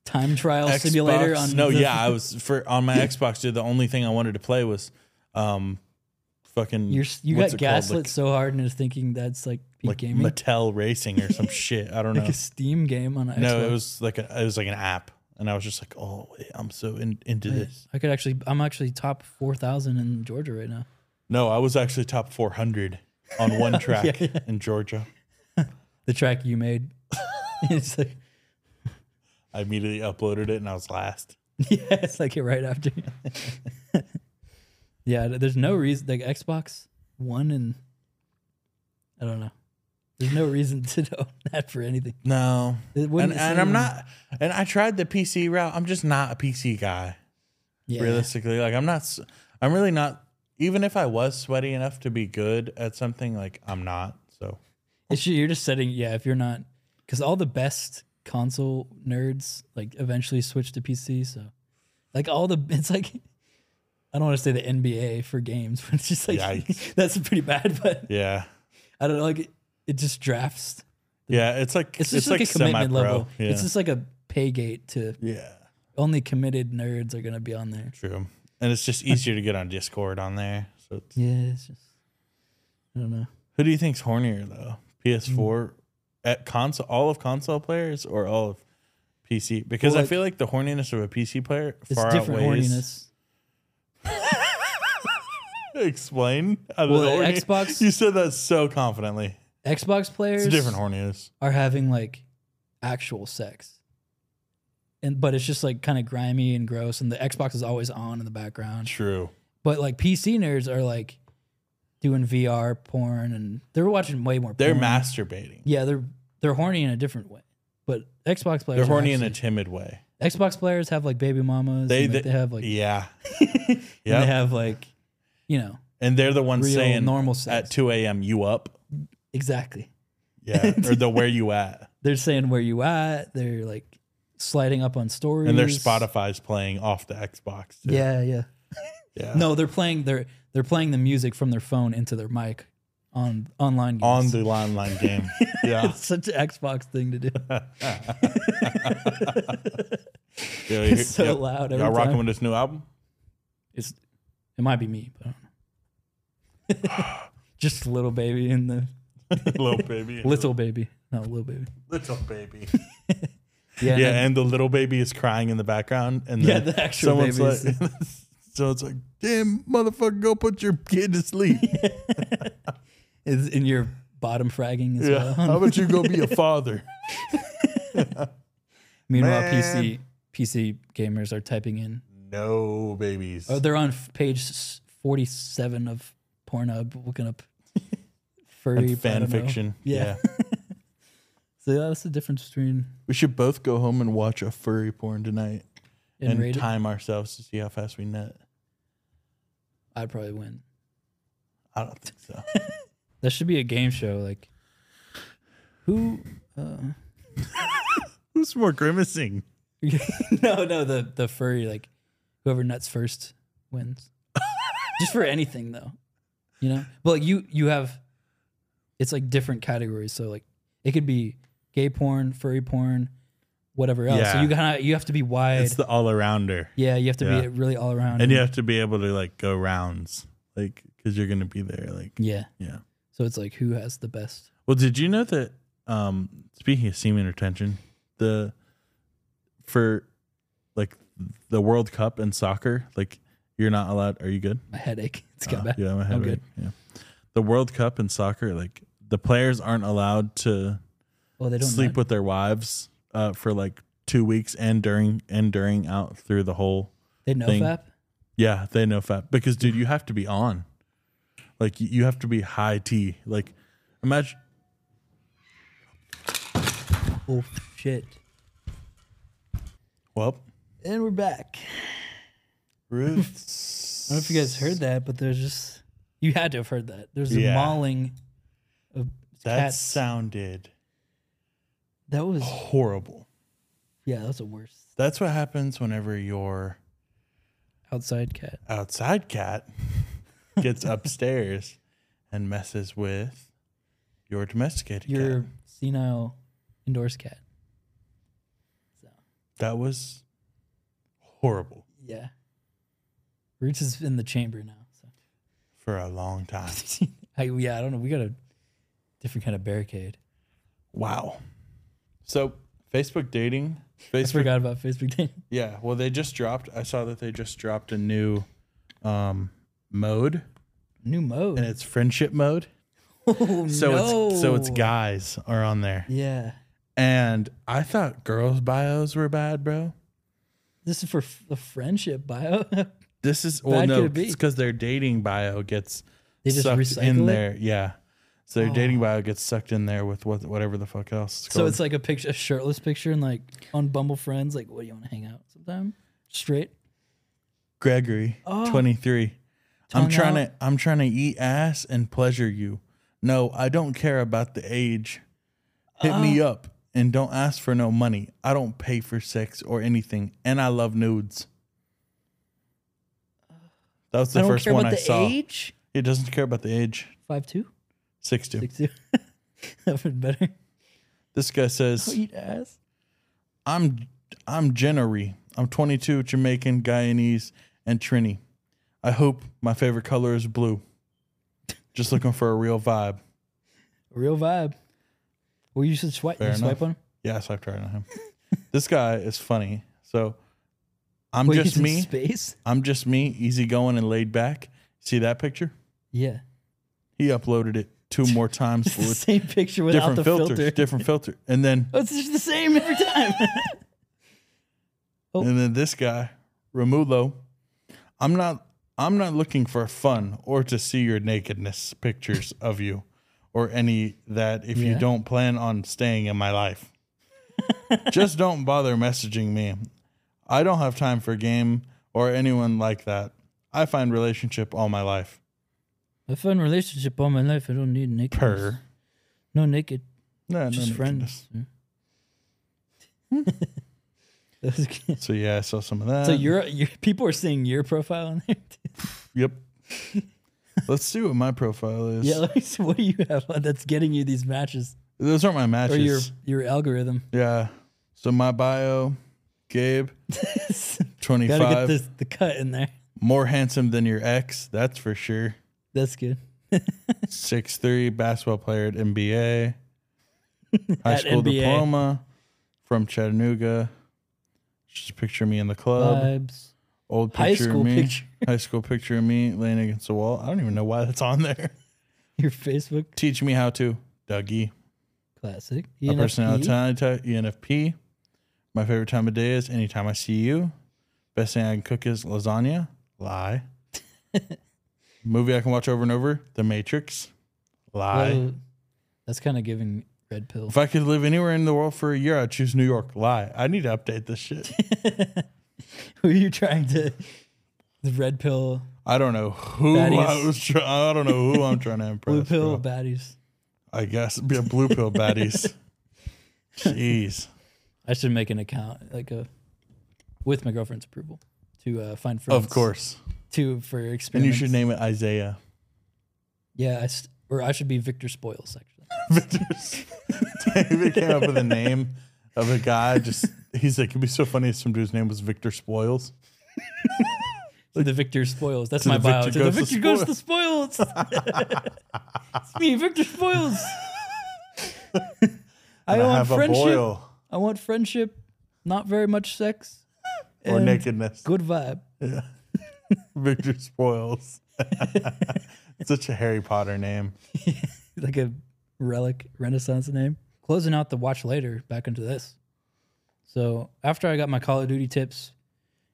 D: Time Trial Simulator
E: Xbox-
D: on
E: No,
D: the-
E: yeah, I was for on my Xbox, dude, the only thing I wanted to play was um fucking
D: You're, you
E: what's
D: got
E: it called?
D: gaslit so hard and is thinking that's like
E: like,
D: peak
E: like
D: gaming.
E: Mattel Racing or some shit. I don't know.
D: like a Steam game on an
E: No,
D: Xbox.
E: it was like a, it was like an app. And I was just like, oh, wait, I'm so in, into this.
D: I could actually, I'm actually top 4,000 in Georgia right now.
E: No, I was actually top 400 on one track in Georgia.
D: The track you made. it's like,
E: I immediately uploaded it and I was last.
D: Yeah, it's like it right after. yeah, th- there's no reason like Xbox One and I don't know. There's no reason to know that for anything.
E: No.
D: It
E: and,
D: wouldn't
E: and I'm
D: seem-
E: not, and I tried the PC route. I'm just not a PC guy,
D: Yeah,
E: realistically. Like, I'm not, s- I'm really not, even if I was sweaty enough to be good at something, like, I'm not. So,
D: It's ju- you're just setting. Yeah, if you're not, because all the best console nerds like eventually switch to PC. So, like all the it's like. I don't want to say the NBA for games, but it's just like
E: Yikes.
D: that's pretty bad. But
E: yeah.
D: I don't know, like it, it just drafts.
E: Yeah. It's like,
D: It's just like, a commitment
E: semi-pro.
D: level.
E: Yeah.
D: It's just like a pay gate to
E: yeah.
D: only committed nerds are gonna be on there.
E: True. And it's just easier to get on Discord on there. So, it's-
D: Yeah, it's just I don't know.
E: who do you think's hornier, though? PS4
D: Mm.
E: at console, all of console players or all of PC? Because
D: Well,
E: I
D: like-
E: feel like the horniness of a PC player
D: It's
E: far
D: different
E: outweighs.
D: horniness.
E: Explain.
D: Well, Xbox-
E: You said that so confidently.
D: Xbox
E: It's
D: players
E: a different horniness.
D: are having like actual sex. And but it's just like kind of grimy and gross and the Xbox is always on in the background.
E: True.
D: But like PC nerds are like doing VR porn and they're watching way more
E: They're
D: porn.
E: masturbating.
D: Mm. Yeah, they're they're horny in a different way. But Xbox players
E: They're
D: are
E: horny in a
D: actually-
E: timid way.
D: Xbox players have like baby mamas.
E: They
D: and, like,
E: they,
D: they have like
E: yeah,
D: and
E: yeah,
D: they have like you know
E: and they're the ones
D: real
E: saying
D: normal sex.
E: at two a.m. you up?
D: exactly.
E: Yeah, or the where you at?
D: They're saying where you at. They're like sliding up on stories
E: And their Spotify's playing off the Xbox. too.
D: Yeah, yeah.
E: yeah.
D: No, they're playing their they're playing the music from their phone into their mic on online games.
E: on the online game. yeah,
D: it's such an Xbox thing to do.
E: Yeah,
D: It's
E: you-
D: so
E: yep.
D: loud every
E: Y'all rocking
D: time.
E: with this new album?
D: It's it might be me, but I don't know. just little baby in the
E: little baby,
D: little baby, no little baby.
E: little baby.
D: Yeah,
E: Yeah,
D: no,
E: and the little baby is crying in the background, and
D: Yeah,
E: then
D: the actual
E: someone's
D: baby
E: like, so it's like, damn, motherfucker, go put your kid to sleep.
D: is in your bottom fragging as
E: yeah,
D: well.
E: how about you go be a father?
D: Meanwhile,
E: Oh, Man.
D: PC PC gamers are typing in.
E: No babies.
D: Oh, they're on f- page s- forty-seven of Pornhub, looking up furry I
E: fan
D: don't know.
E: fiction.
D: Yeah. So that's the difference between
E: we should both go home and watch a furry porn tonight
D: and,
E: and,
D: rated.
E: time ourselves to see how fast we net.
D: I'd probably win.
E: I don't think so.
D: That should be a game show. Like, who? Uh,
E: Who's more grimacing?
D: no, no, the the furry like whoever nuts first wins. Just for anything though, you know. But like you you have, it's like different categories. So like it could be gay porn, furry porn, whatever else. So
E: Yeah.
D: you gotta you have to be wide.
E: It's the all arounder.
D: yeah, you have to
E: Yeah.
D: be really all around.
E: And you have to be able to like go rounds, like, cause you're going to be there. Like,
D: yeah.
E: yeah.
D: So it's like who has the best?
E: Well, did you know that? Um, speaking of semen retention, the for like the World Cup in soccer, like you're not allowed. Are you good?
D: A headache. It's got
E: Uh,
D: bad.
E: Yeah, my head
D: I'm
E: right.
D: good.
E: Yeah, the World Cup in soccer, like the players aren't allowed to
D: Well, Oh, they don't
E: sleep
D: know.
E: with their wives uh, for like two weeks and during and during out through the whole.
D: They know
E: thing.
D: fap.
E: Yeah, they know fat because dude, you have to be on. Like you- you have to be high T. Like imagine
D: Oh shit!
E: well.
D: And we're back. I
E: Ruth's.
D: don't know if you guys heard that, but there's just you had to have heard that. There's a
E: Yeah.
D: mauling of
E: That
D: cats.
E: sounded
D: that was
E: horrible.
D: yeah, that was the worst
E: That's what happens whenever your
D: outside cat.
E: outside cat gets upstairs and messes with your domesticated
D: Your
E: cat.
D: senile indoors cat.
E: That was horrible
D: Yeah. Roots is in the chamber now. So.
E: for a long time.
D: I, yeah, I don't know. We got a different kind of barricade.
E: Wow. So Facebook dating,
D: I
E: Facebook
D: forgot about Facebook dating.
E: Yeah, well, they just dropped. I saw that they just dropped a new um, mode,
D: New mode.
E: and it's friendship mode.
D: oh,
E: So it's so it's
D: no.
E: guys are on there,
D: Yeah.
E: and I thought girls' bios were bad, bro.
D: This is for f- the friendship bio. they
E: This is well,
D: Bad
E: no,
D: could it be?
E: it's because their dating bio gets
D: just
E: sucked
D: recycle
E: in
D: it? Oh.
E: there. Yeah, so their dating bio gets sucked in there with what whatever the fuck else.
D: So it's like a picture, a shirtless picture, and like on Bumble Friends, like, what do you want to hang out sometime? Straight.
E: Gregory, twenty three. I'm
D: Tongue
E: trying
D: Oh. out.
E: to I'm trying to eat ass and pleasure you. No, I don't care about the age. Hit me
D: Uh-huh.
E: up and don't ask for no money. I don't pay for sex or anything, and I love nudes. That was the
D: I don't
E: first
D: care
E: one
D: about
E: I
D: the
E: saw.
D: age.
E: It doesn't care about the age.
D: Five two,
E: Six two.
D: six two. that would better.
E: This guy says,
D: Eat ass.
E: "I'm I'm Jennery. I'm 22, Jamaican, Guyanese, and Trini. I hope my favorite color is blue. Just looking for a real vibe."
D: Real vibe. Well, you should swipe.
E: Fair
D: you swipe
E: enough.
D: on. him?
E: Yeah, I swiped right on him. this guy is funny. So I'm
D: Wait,
E: just
D: he's in
E: me.
D: Space.
E: I'm just me, easygoing and laid back. See that picture?
D: Yeah.
E: He uploaded it two more times
D: It's the
E: with
D: same picture without
E: different
D: the
E: filters,
D: filter.
E: different filter. And then
D: Oh, it's just the same every time. Oh.
E: and then this guy, Romulo, I'm not I'm not looking for fun or to see your nakedness pictures of you or any that if you
D: Yeah.
E: don't plan on staying in my life. Just don't bother messaging me. I don't have time for game or anyone like that. I find relationship all my life.
D: I found relationship all my life. I don't need naked.
E: Per.
D: No naked.
E: No, no
D: Just
E: nakedness.
D: friends. That was good.
E: So yeah, I saw some of that.
D: So your, your people are seeing your profile on there. Too.
E: Yep. Let's see what my profile is.
D: Yeah. Like, so what do you have on that's getting you these matches
E: Those aren't my
D: or
E: matches.
D: your your algorithm?
E: Yeah. So my bio, Gabe,
D: Gotta get
E: 25,
D: this the cut in there.
E: more handsome than your ex, that's for sure.
D: That's good.
E: Six three, basketball player at NBA, high
D: At
E: school
D: NBA.
E: diploma from Chattanooga. Just picture of me in the
D: Um,
E: club.
D: Vibes.
E: Old picture
D: High
E: of
D: school
E: me.
D: picture.
E: High school picture of me laying against the wall. I don't even know why that's on there.
D: Your Facebook
E: Teach me how to, Dougie.
D: classic.
E: My
D: ENFP.
E: personality type, E ENFP. My favorite time of day is anytime I see you. Best thing I can cook is lasagna. Lie. Movie I can watch over and over, The Matrix. Lie.
D: Well, that's kind of giving red pill.
E: If I could live anywhere in the world for a year, I'd choose New York. Lie. I need to update this shit.
D: Who are you trying to? The red pill,
E: I don't know who I
D: Baddies.
E: was trying. I don't know who I'm trying to impress.
D: blue pill
E: bro.
D: baddies.
E: I guess be a blue pill baddies. Jeez.
D: I should make an account like a with my girlfriend's approval to uh, find friends.
E: Of course.
D: to for
E: And you
D: experiments.
E: should name it Isaiah.
D: Yeah, I st- or I should be Victor Spoils actually.
E: Just- David came up with a name of a guy. Just he's like, it'd be so funny if some dude's name was Victor Spoils.
D: To the victor spoils. That's
E: To
D: my
E: the
D: bio.
E: victor
D: To the
E: goes the
D: victor goes the spoils. it's me, Victor Spoils. I
E: And I
D: want
E: have a
D: friendship.
E: boil
D: I want friendship. Not very much sex.
E: or
D: and
E: nakedness.
D: Good vibe.
E: Victor Spoils. Such a Harry Potter name.
D: Like a relic Renaissance name. Closing out the watch later. Back into this. So after I got my Call of Duty tips,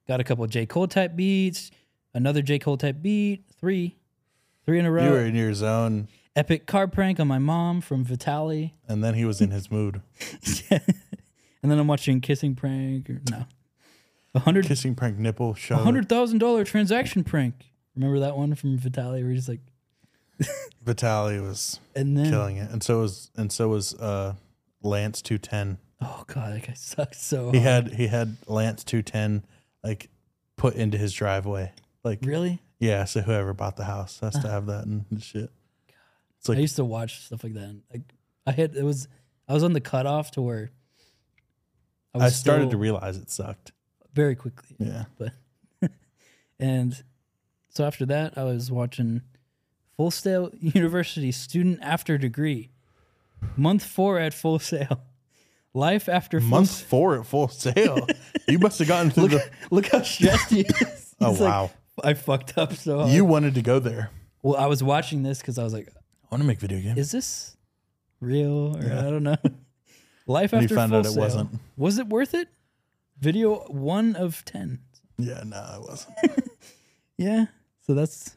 D: got a couple J Cole type beats, another J Cole type beat, three, three in a row.
E: You were in your zone,
D: Epic car prank on my mom from Vitali.
E: and then he was in his mood.
D: And then I'm watching Kissing Prank or no. A hundred
E: Kissing prank nipple show.
D: a hundred thousand dollar transaction prank. Remember that one from Vitali where he's like
E: Vitaly was
D: and then
E: killing it, and so was and so was uh, Lance two ten.
D: Oh god, that guy sucks so
E: He
D: hard.
E: had he had Lance two ten like put into his driveway. Like
D: Really?
E: yeah, so whoever bought the house has to have that and shit. Like-
D: I used to watch stuff like that. and, Like I had it was I was on the cutoff to where was
E: I started to
D: still-
E: realize it sucked.
D: very quickly.
E: Yeah.
D: But and so after that I was watching Full Sail University student after degree. Month four at full sail. Life after full
E: Month
D: Sail.
E: four at full sale. you must have gotten through
D: look,
E: the
D: look how stressed he is.
E: Oh,
D: He's like,
E: wow.
D: I fucked up so hard.
E: You wanted to go there.
D: well, I was watching this because I was like,
E: I want to make video games.
D: is this real? Or I don't know. Life
E: And you
D: after
E: found
D: full
E: out it
D: Sail.
E: wasn't.
D: Was it worth it? Video one of ten.
E: Yeah, no, I wasn't.
D: Yeah. So that's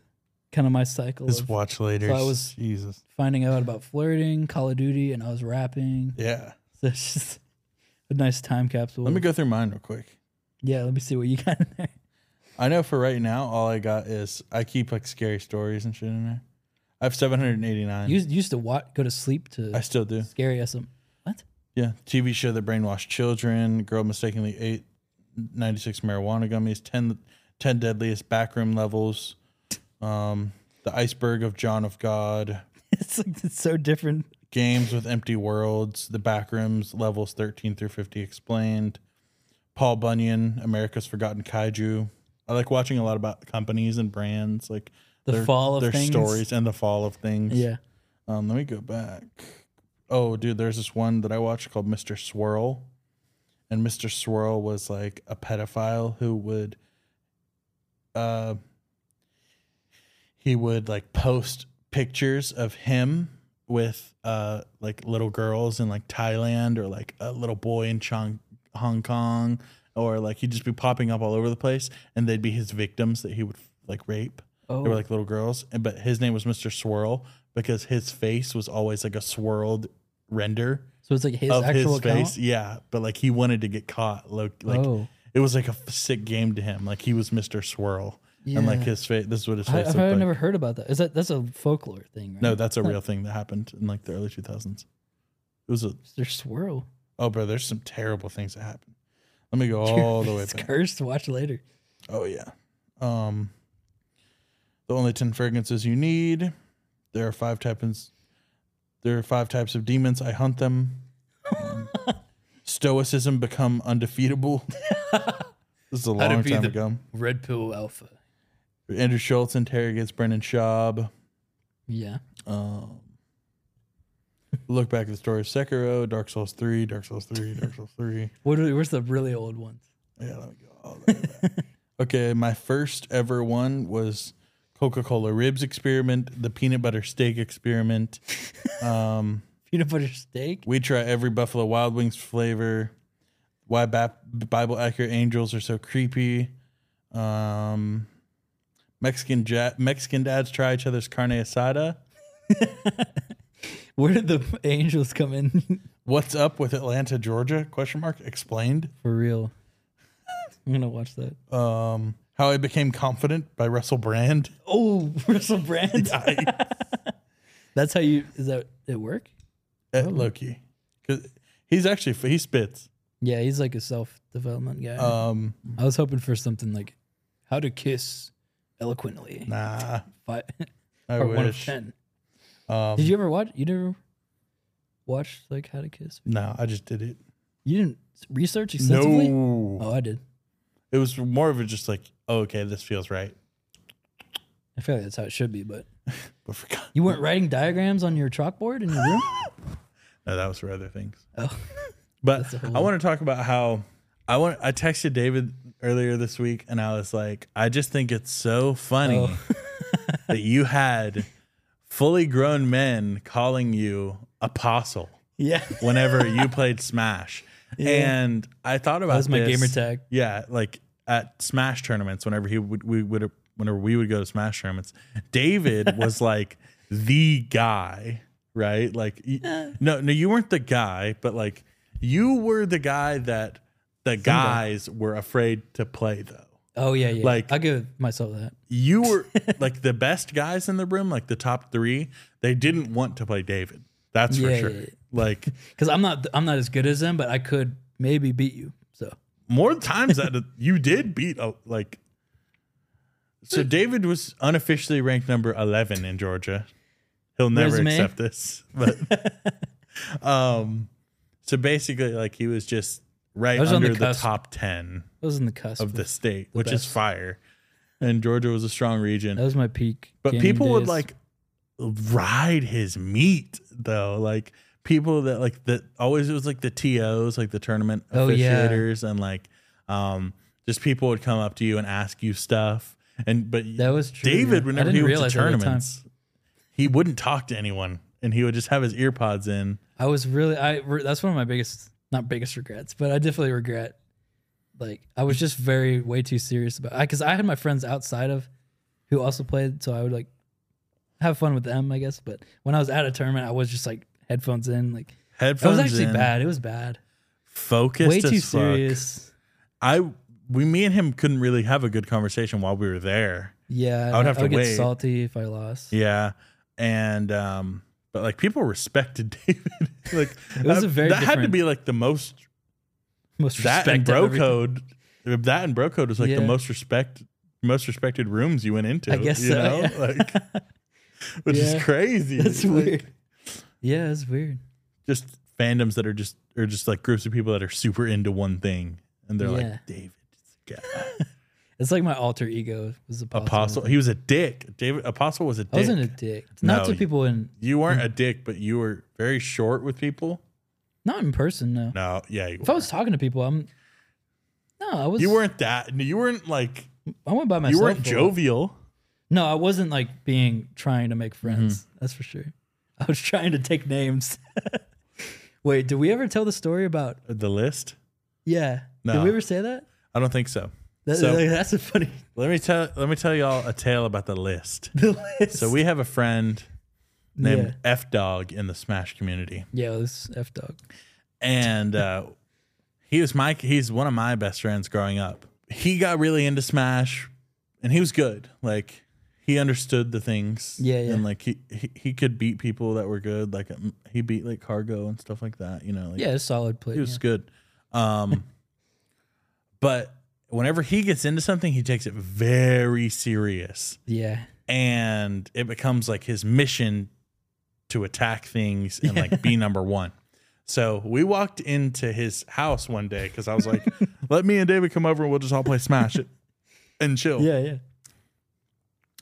D: kind of my cycle
E: Just
D: of
E: watch later.
D: So I was-
E: Jesus.
D: finding out about flirting, Call of Duty, and I was rapping.
E: Yeah.
D: So it's just a nice time capsule.
E: Let me go through mine real quick.
D: Yeah, let me see what you got in there.
E: I know for right now, all I got is I keep like scary stories and shit in there. I have 789.
D: You used- you used to what, go to sleep to
E: I still do.
D: scary SM. What?
E: Yeah. TV show that brainwashed children. Girl mistakenly ate 96 marijuana gummies. 10, 10 deadliest backroom levels. Um, the iceberg of John of God.
D: It's like it's so different.
E: Games with empty worlds. The backrooms levels 13 through 50 explained. Paul Bunyan, America's Forgotten Kaiju. I like watching a lot about companies and brands, like
D: The fall of
E: their
D: things.
E: stories and the fall of things.
D: Yeah.
E: Um, let me go back. Oh, dude, there's this one that I watched called Mr. Swirl. And Mr. Swirl was like a pedophile who would uh he would like post pictures of him with uh like little girls in like Thailand or like a little boy in Chong- Hong Kong or like he'd just be popping up all over the place and they'd be his victims that he would like rape. They
D: Oh.
E: were like little girls, and but his name was Mr. Swirl because his face was always like a swirled render
D: So it's like his
E: of his
D: actual account?
E: face. Yeah, but like he wanted to get caught. Like, like
D: Oh.
E: it was like a f- sick game to him. Like he was Mr. Swirl, and like
D: Yeah.
E: his face. This is what his
D: I,
E: face
D: I've
E: looked like.
D: never heard about that. Is that that's a folklore thing? Right?
E: no, that's a real thing that happened in like the early two thousands. It was a
D: Mr. Swirl.
E: oh, bro. There's some terrible things that happened. Let me go all the way
D: it's
E: back.
D: cursed. Watch later.
E: Oh yeah. Um the only 10 fragrances you need. There are five types there are five types of demons. I hunt them. Um, stoicism become undefeatable. this is a
D: How to
E: long
D: be
E: time
D: the-
E: ago.
D: Red Pill Alpha.
E: Andrew Schultz interrogates Brendan Schaub.
D: Yeah.
E: Um, look back at the story of Sekiro, Dark Souls 3, Dark Souls 3, Dark Souls 3.
D: What? Are, where's the really old ones?
E: Yeah, let me go all the way back. okay, my first ever one was Coca Cola ribs experiment, the peanut butter steak experiment. Um,
D: Peanut butter steak.
E: we try every Buffalo Wild Wings flavor. Why Bap- Bible accurate angels are so creepy. Um, Mexican ja- Mexican dads try each other's carne asada.
D: Where did the angels come in?
E: What's up with Atlanta, Georgia? Question mark explained.
D: For real. I'm gonna watch that.
E: Um, how I became confident by Russell Brand. eh,
D: Oh, Russell Brand. that's how you. Is that at work?
E: at Loki. 'Cause he's actually he spits.
D: Yeah, he's like a self development guy.
E: Um,
D: I was hoping for something like how to kiss eloquently.
E: nah,
D: Fi-
E: I
D: part one of
E: wish.
D: ten.
E: Um,
D: Did you ever watch? You never. watched like How to Kiss?
E: No, I just did it.
D: You didn't research extensively?
E: No.
D: Oh, I did.
E: It was more of a just like, oh, okay, this feels right.
D: I feel like that's how it should be, but
E: But for God,
D: you weren't writing diagrams on your chalkboard in your room?
E: no, that was for other things.
D: Oh.
E: But
D: That's a whole-
E: I want to talk about how I want. I texted David earlier this week, and I was like, I just think it's so funny
D: Oh.
E: that you had fully grown men calling you apostle
D: Yeah.
E: whenever you played Smash. And I thought about
D: That was my
E: this-
D: gamer tag.
E: Yeah, like at Smash tournaments, whenever he would we would whenever we would go to Smash tournaments, David was like the guy, right? Like y-
D: Uh.
E: no, no, you weren't the guy, but like you were the guy that the guys were afraid to play though.
D: Oh yeah, yeah.
E: Like-
D: I'll give myself that.
E: You were like the best guys in the room, like the top three. They didn't want to play David. That's for
D: Yeah,
E: sure.
D: yeah, yeah.
E: Like
D: Because I'm not I'm not as good as them, but I could maybe beat you. So
E: more times that you did beat a, like so david was unofficially ranked number 11 in georgia he'll never
D: Resume.
E: accept this but um so basically like he was just right
D: I was on
E: under
D: the
E: the,
D: cusp.
E: top 10
D: that was in the cusp.
E: of the state which is
D: best.
E: fire and georgia was a strong region
D: That was my peak.
E: but
D: gaming
E: people would
D: days.
E: like ride his meat though. Like people that like that always it was like the TOs, like the tournament
D: Oh, yeah.
E: officiators, and like um just people would come up to you and ask you stuff. And but
D: That was true,
E: David,
D: yeah.
E: whenever
D: I didn't
E: he went to
D: realize that at the time.
E: tournaments, he wouldn't talk to anyone and he would just have his ear pods in.
D: I was really I re- that's one of my biggest not biggest regrets, but I definitely regret like I was just very way too serious about I cuz I had my friends outside of who also played so I would like have fun with them, I guess, but when I was at a tournament I was just like headphones in like it
E: Headphones.
D: was actually
E: in,
D: bad. It was bad.
E: Focused.
D: way
E: as
D: too
E: fuck.
D: serious.
E: I we me and him couldn't really have a good conversation while we were there.
D: Yeah,
E: I would have to
D: get
E: wait.
D: salty if I lost.
E: Yeah. And um but like people respected David. like it
D: was
E: that,
D: a very
E: that had to
D: different-
E: be like the most
D: Most
E: that and
D: respect out of
E: bro
D: everything.
E: code that and bro code was like
D: Yeah.
E: the most respect most respected rooms you went into.
D: I guess
E: you
D: so,
E: know?
D: yeah.
E: Like which
D: Yeah.
E: is crazy.
D: That's
E: Like,
D: weird. Yeah, it's weird.
E: Just fandoms that are just or just like groups of people that are super into one thing and they're
D: Yeah.
E: like David. is a guy."
D: It's like my alter ego was apostle.
E: Apostle, he was a dick. David Apostle was a dick.
D: I wasn't a Hmm. dick. Not
E: No,
D: to people in
E: you weren't a dick, but you were very short with people.
D: not in person. No.
E: No, yeah, you
D: If I was talking to people, I'm. No, I was.
E: You weren't that. You weren't like.
D: I went by myself.
E: You weren't
D: for a while.
E: jovial.
D: No, I wasn't like being trying to make friends.
E: Mm-hmm.
D: That's for sure. I was trying to take names. Wait, did we ever tell the story about?
E: The list.
D: Yeah. Did
E: No.
D: we ever say that?
E: I don't think so.
D: That-
E: So-
D: like, that's a funny.
E: Let me tell. Let me tell y'all a tale about the list.
D: The list.
E: So we have a friend named
D: Yeah.
E: F Dog in the Smash community,
D: Yeah, this f dog.
E: and uh, he was my. He's one of my best friends growing up. He got really into Smash, and he was good. Like he understood the things.
D: Yeah, yeah.
E: And like he he, he could beat people that were good. Like um, he beat like Cargo and stuff like that. You know. Like,
D: Yeah, it's solid play.
E: He was good. Um, but whenever he gets into something, he takes it very serious,
D: Yeah.
E: and it becomes like his mission to attack things and like be number one. So we walked into his house one day because I was like, "Let me and David come over and we'll just all play Smash it and chill."
D: Yeah, yeah.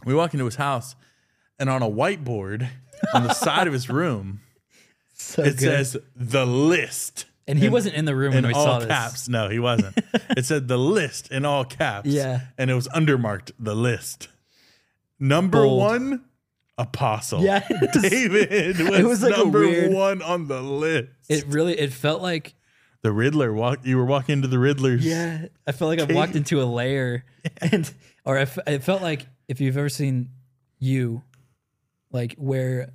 E: We walk into his house, and on a whiteboard on the side of his room,
D: So
E: it
D: good.
E: says the list.
D: and he wasn't in the room when
E: in
D: we saw
E: all
D: this.
E: caps. No, he wasn't. it said the list in all caps.
D: Yeah.
E: And it was undermarked the list. Number
D: Bold.
E: one, Apostle.
D: Yeah, it was-
E: David was,
D: was like a
E: number
D: weird-
E: one on the list.
D: It really. It felt like.
E: the Riddler walk you were walking into the Riddler's.
D: Yeah, I felt like I walked into a layer, and or I f- it felt like if you've ever seen you, like where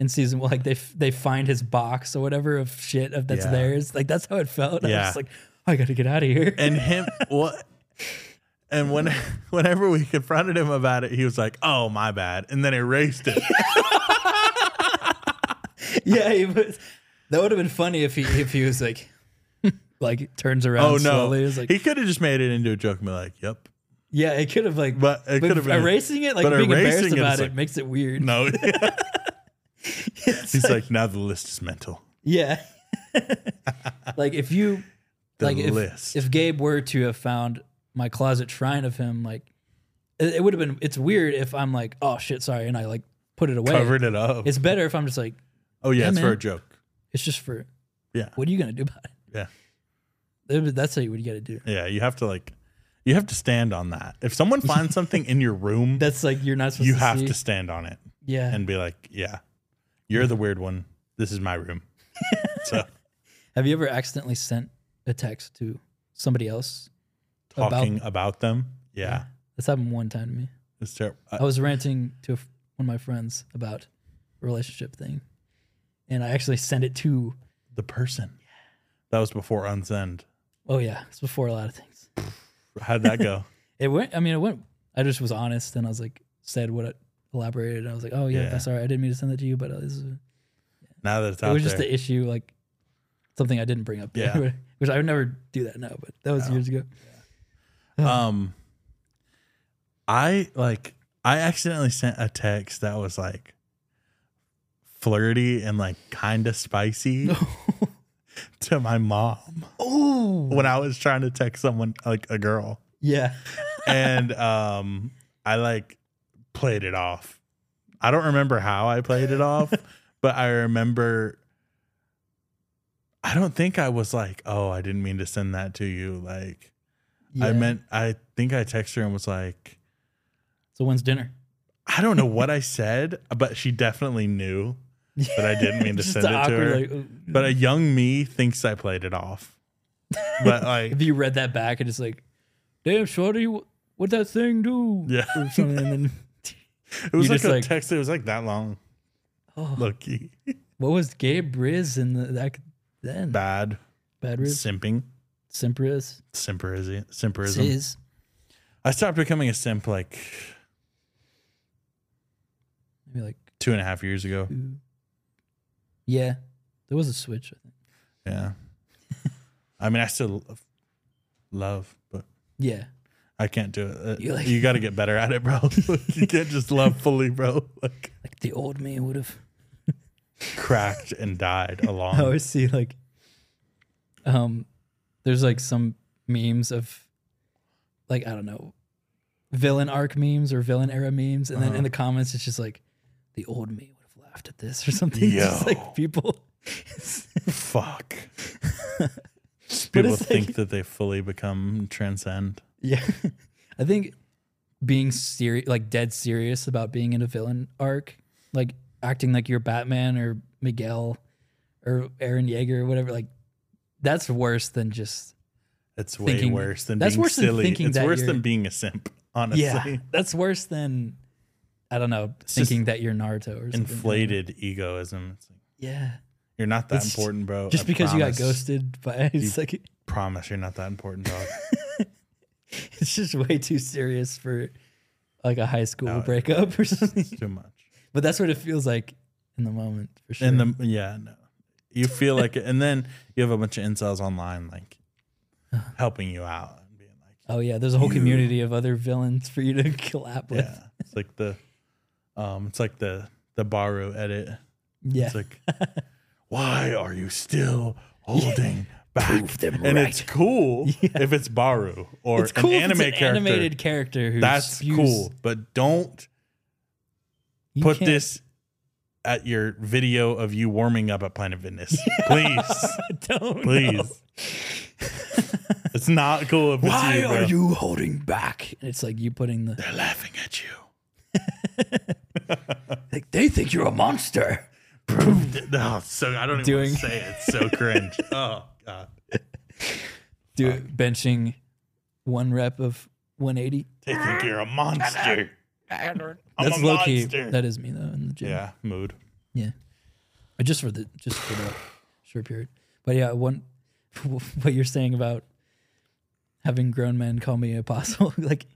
D: in season one, like they f- they find his box or whatever of shit of that's
E: Yeah.
D: theirs. Like that's how it felt. I
E: Yeah.
D: was just like, I gotta get out of here.
E: And him what and when whenever we confronted him about it, he was like, Oh my bad. And then erased it.
D: yeah, he was, that would have been funny if he if he was like, like turns around.
E: oh no.
D: slowly. It was like,
E: he could have just made it into a joke and be like, Yep.
D: yeah, it could have like,
E: But it could have been-
D: erasing it, like
E: but
D: being embarrassed
E: erasing it
D: about
E: is
D: it,
E: like-
D: makes it weird.
E: No.
D: It's
E: He's like, now the list is mental.
D: Yeah. like if you
E: The
D: like if,
E: list.
D: if Gabe were to have found my closet shrine of him, like it, it would have been it's weird if I'm like, oh shit, sorry, and I like put it away.
E: Covered it up.
D: It's better if I'm just like,
E: oh yeah,
D: yeah,
E: it's for
D: man.
E: a joke.
D: it's just for
E: Yeah.
D: what are you gonna do about it?
E: Yeah.
D: That- That's what you gotta do.
E: Yeah, you have to like you have to stand on that. If someone finds something in your room,
D: That's like you're not supposed
E: you
D: to
E: have
D: see.
E: to stand on it
D: yeah.
E: and be like, yeah. You're the weird one. This is my room. so
D: have you ever accidentally sent a text to somebody else? About-
E: talking about, them. Yeah.
D: That's happened one time to me.
E: It's uh, terrible.
D: I was ranting to a f one of my friends about a relationship thing, and I actually sent it to.
E: the person. That was before Unsend.
D: Oh yeah, it's before a lot of things.
E: How'd that go?
D: It went. I mean, it went. I just was honest, and I was like, said what I elaborated. And I was like, oh yeah,
E: Yeah.
D: that's all right. I didn't mean to send that to you, but uh, this is, it
E: now that it's out
D: was
E: there.
D: just the issue, like something I didn't bring up.
E: Yeah.
D: which I would never do that now, but that was years ago.
E: Um, I like I accidentally sent a text that was like flirty and like kind of spicy to my mom
D: Oh
E: when I was trying to text someone like a girl,
D: yeah,
E: and um, I like played it off. I don't remember how I played it off, but I remember. I don't think I was like, oh, I didn't mean to send that to you. Like, I
D: Yeah.
E: meant I think I texted her and was like,
D: So when's dinner?
E: I don't know what I said, but she definitely knew that I didn't mean to
D: Just
E: send it
D: the
E: to her.
D: awkward, like, uh,
E: but a young me thinks I played it off. But like,
D: if you read that back and it's like, damn, shorty, wh- what that thing do?
E: Yeah.
D: Or something, and then,
E: it was
D: you
E: like
D: just
E: a
D: like-
E: text. It was like that long.
D: Oh.
E: Low key.
D: what was Gabe Riz in the, that then? Bad,
E: bad
D: Riz?
E: simping,
D: Simp Riz?
E: simperism, simperism.
D: Riz?
E: I stopped becoming a simp like
D: Maybe like,
E: two and a half years ago.
D: ooh. yeah, there was a switch. I think.
E: Yeah, I mean, I still love, love but
D: Yeah.
E: I can't do it. Uh,
D: You like-
E: you got to get better at it, bro. Like, you can't just love fully, bro. Like
D: Like the old me would have.
E: cracked and died along.
D: I always see like, um, there's like some memes of, like I don't know, villain arc memes or villain era memes, and then in the comments it's just like, the old me would have laughed at this or something. It's just
E: Yo.
D: like people.
E: Fuck. People
D: it's like-
E: think that they fully become transcend.
D: yeah, I think being serious, like dead serious about being in a villain arc, like acting like you're Batman or Miguel or Aaron Yeager or whatever, like that's worse than just
E: It's way
D: Thinking-
E: worse than
D: that's
E: being
D: worse than
E: silly.
D: thinking
E: it's
D: that
E: worse
D: you're-
E: than being a simp, honestly.
D: Yeah, that's worse than I don't know
E: just
D: thinking that you're Naruto or something.
E: Inflated egoism. It's like,
D: Yeah, you're
E: you're not that
D: It's
E: important, bro.
D: just
E: I
D: because
E: promise-
D: you got ghosted by it's like
E: Promise you're not that important, dog.
D: it's just way too serious for like a high school
E: No, it-
D: breakup or something.
E: it's too much.
D: But that's what it feels like in the moment for sure.
E: And the yeah, no. You feel like it, and then you have a bunch of incels online like helping you out and being like,
D: oh yeah, there's a whole community of other villains for you to collab with.
E: Yeah. It's like the um it's like the the Baru edit.
D: Yeah,
E: It's like why are you still holding back? and it's cool if it's Baru or
D: it's cool.
E: an
D: if
E: anime
D: it's an
E: character.
D: animated character. Who
E: That's
D: spews-
E: cool. But don't
D: You
E: put
D: can't-
E: this at your video of you warming up at Planet Fitness. Please.
D: Don't know.
E: Please. it's not cool if it's
D: Why
E: you, bro.
D: are you holding back? And it's like you putting the
E: They're laughing at you.
D: like they think you're a monster.
E: No, it's oh, so I don't even
D: Doing-
E: want to say it. It's so cringe. oh god.
D: Do it benching one rep of 180.
E: They think you're a monster. I'm
D: That's
E: a
D: low key.
E: monster.
D: That is me though in the gym.
E: Yeah, mood.
D: Yeah. Uh, Just for the just for the short period. But yeah, one what you're saying about having grown men call me apostle. like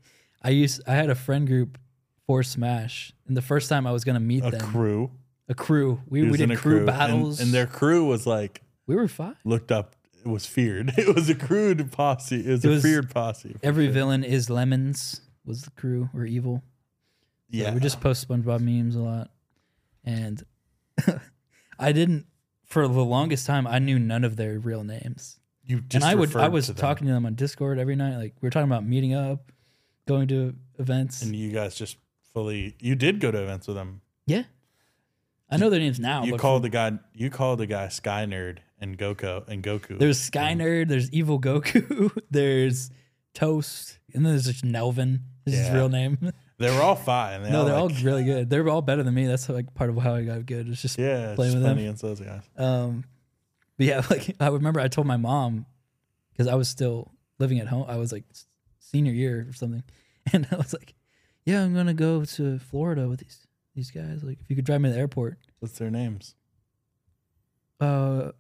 D: I used I had a friend group for Smash, and the first time I was gonna meet
E: A
D: them,
E: crew.
D: a crew. We,
E: He
D: we
E: was in
D: did
E: a
D: crew,
E: and-
D: battles,
E: And, their crew was like
D: we were five.
E: looked up. It was feared. It was a crewed posse. It was
D: It
E: a
D: was-
E: feared posse.
D: Every villain is lemons was the crew or evil.
E: Yeah.
D: We just post SpongeBob memes a lot, and I didn't for the longest time, I knew none of their real names.
G: You just
D: and I would I
G: referred
D: was
G: to them,
D: talking to them on Discord every night. Like we were talking about meeting up, going to events.
E: And you guys just fully you did go to events with them.
D: yeah, I know their names now.
E: you
D: but
E: called the guy you called the guy Sky Nerd and Goku and Goku.
D: there's Sky Nerd, there's Evil Goku, there's Toast, and then there's just Nelvin. Is his
E: Yeah.
D: real name?
E: they were all fine. They
D: no, they're
E: like-
D: all really good. They're all better than me. That's like part of how I got good. It's just
E: yeah,
D: playing
E: just playing
D: with them.
E: against those guys.
D: Um, but yeah, like I remember I told my mom because I was still living at home. I was like s- senior year or something, and I was like, "Yeah, I'm gonna go to Florida with these these guys. Like, if you could drive me to the airport."
E: What's their names?
D: Uh,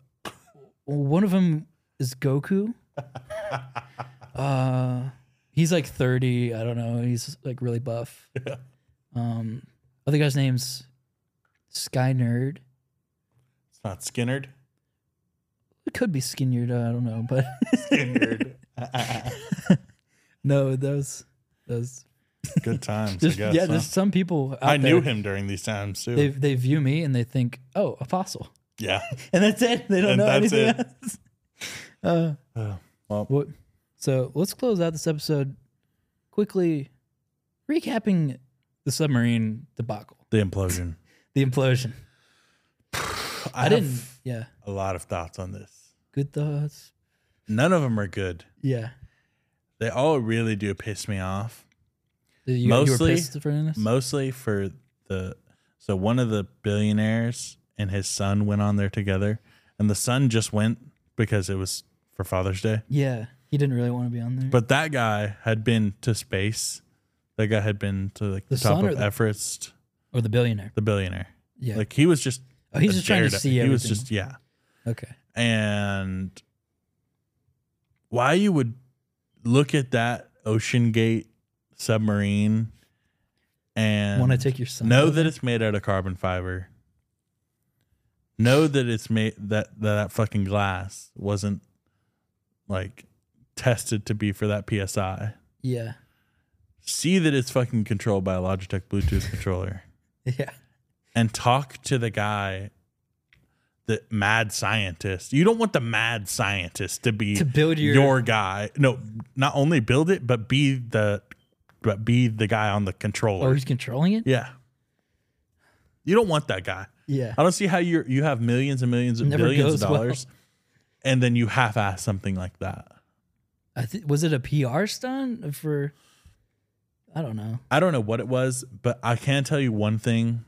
D: one of them is Goku. Uh, he's like 30. I don't know. He's like really buff. Um, other guy's name's Sky Nerd.
E: It's not Skinnerd.
D: It could be Skin Nerd. I don't know, but.
E: Skinnerd.
D: No, those those
E: Good times, I
D: there's,
E: guess.
D: yeah,
E: huh?
D: there's some people out
E: I knew
D: there,
E: him during these times too.
D: They they view me and they think, "Oh, apostle."
E: yeah.
D: And that's it. They don't
E: And
D: know
E: that's
D: anything
E: it.
D: else. Uh,
E: well.
D: what, so let's close out this episode quickly recapping the submarine debacle,
E: The implosion.
D: the implosion.
E: I,
D: I,
E: have
D: didn't yeah.
E: a lot of thoughts on this.
D: Good thoughts.
E: None of them are good.
D: Yeah.
E: They all really do piss me off.
D: Did You, you were
E: Mostly-
D: pissed for doing this?
E: mostly for the so one of the billionaires and his son went on there together and the son just went because it was for father's day
D: yeah. He didn't really want to be on there.
E: but that guy had been to space that guy had been to like the,
D: The
E: top
D: son or
E: of
D: the-
E: everest
D: or the billionaire.
E: the billionaire
D: Yeah.
E: like he was just
D: oh, he's
E: a
D: just trying to
E: daredevil.
D: see
E: he
D: everything.
E: was just yeah
D: okay.
E: and why you would look at that ocean gate submarine and
D: Want to take your son?
E: know
D: out?
E: that it's made out of carbon fiber. Know that it's made that that, that fucking glass wasn't like tested to be for that PSI.
D: Yeah.
E: See that it's fucking controlled by a Logitech Bluetooth controller
D: Yeah.
E: and talk to the guy the mad scientist. You don't want the mad scientist to be
D: To build your-
E: guy. No, not only build it, but be the but be the guy on the
D: Oh,
E: controller.
D: he's controlling it?
E: yeah. You don't want that guy.
D: Yeah.
E: I don't see how you you have millions and millions and
D: Never
E: billions of
D: goes well.
E: dollars, and then you half-ass something like that.
D: I thi- was it a PR stunt for? I don't know.
E: I don't know what it was, but I can tell you one thing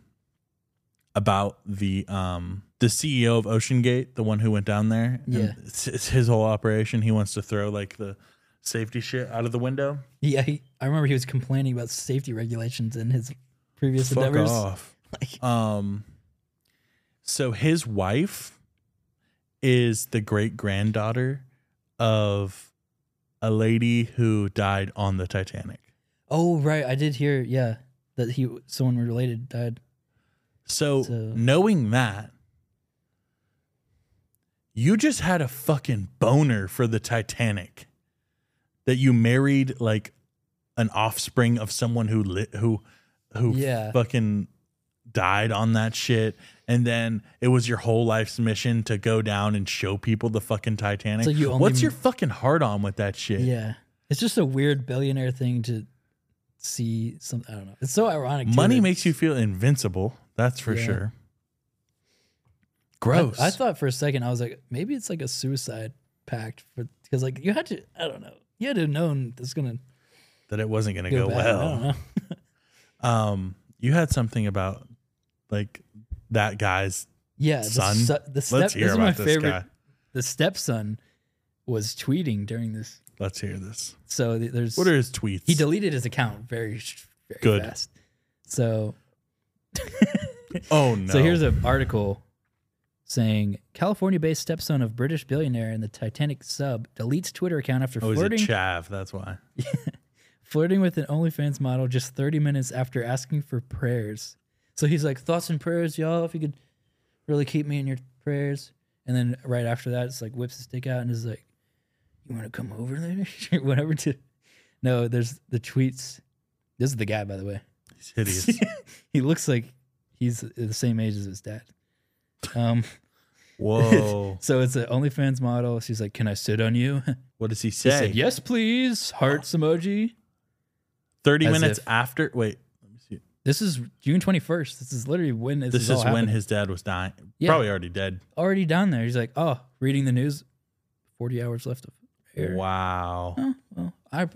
E: about the um the CEO of OceanGate, the one who went down there. and
D: Yeah.
E: it's, it's his whole operation. He wants to throw like the safety shit out of the window.
D: Yeah, he, I remember he was complaining about safety regulations in his previous
E: Fuck
D: endeavors.
E: off.
D: Like-
E: um, so his wife is the great granddaughter of a lady who died on the Titanic.
D: Oh right, I did hear. Yeah, that he someone related died.
E: So,
D: So-
E: knowing that, you just had a fucking boner for the Titanic that you married like an offspring of someone who lit who who
D: Yeah.
E: fucking died on that shit and then it was your whole life's mission to go down and show people the fucking Titanic.
D: So you only-
E: What's your fucking heart on with that shit?
D: Yeah, it's just a weird billionaire thing to see. Some I don't know. It's so ironic. too,
E: Money
D: that-
E: makes you feel invincible, that's for
D: Yeah.
E: sure.
D: I-
E: Gross.
D: I, thought for a second I was like, maybe it's like a suicide pact for because like you had to. I don't know. You had to have known that's gonna
E: that it wasn't going to go,
D: go, bad. I
E: well.
D: don't know.
E: Um, you had something about like that guy's
D: Yeah, the
E: son.
D: su- the step,
E: Let's hear
D: this is
E: about
D: my
E: this
D: favorite.
E: guy.
D: The stepson was tweeting during this,
E: Let's hear this.
D: so th- there's
E: What are his tweets?
D: he deleted his account very sh- very
E: Good.
D: fast. So
E: oh no!
D: so here's an article saying California-based stepson of British billionaire in the Titanic sub deletes Twitter account after
E: oh, he's a
D: flirting
E: chav. That's why.
D: flirting with an OnlyFans model just 30 minutes after asking for prayers. So he's like, thoughts and prayers, y'all, if you could really keep me in your prayers. And then right after that, it's like whips his dick out and is like, you want to come over later? Whatever to. No, there's the tweets. This is the guy, by the way.
E: He's hideous.
D: he looks like he's the same age as his dad. Um,
E: Whoa.
D: So it's an OnlyFans model. She's like, "Can I sit on you?"
E: what does he say?
D: She said, "Yes, please." Hearts emoji.
E: 30
D: As
E: minutes
D: if-
E: after. Wait. Let me see.
D: This is June twenty first. This is literally when this,
E: This
D: is,
E: is
D: all
E: when
D: happening.
E: his dad was dying.
D: Yeah.
E: Probably already dead.
D: already down there. He's like, "Oh, reading the news. Forty hours left of air."
E: Wow.
D: Oh, well, I, I'm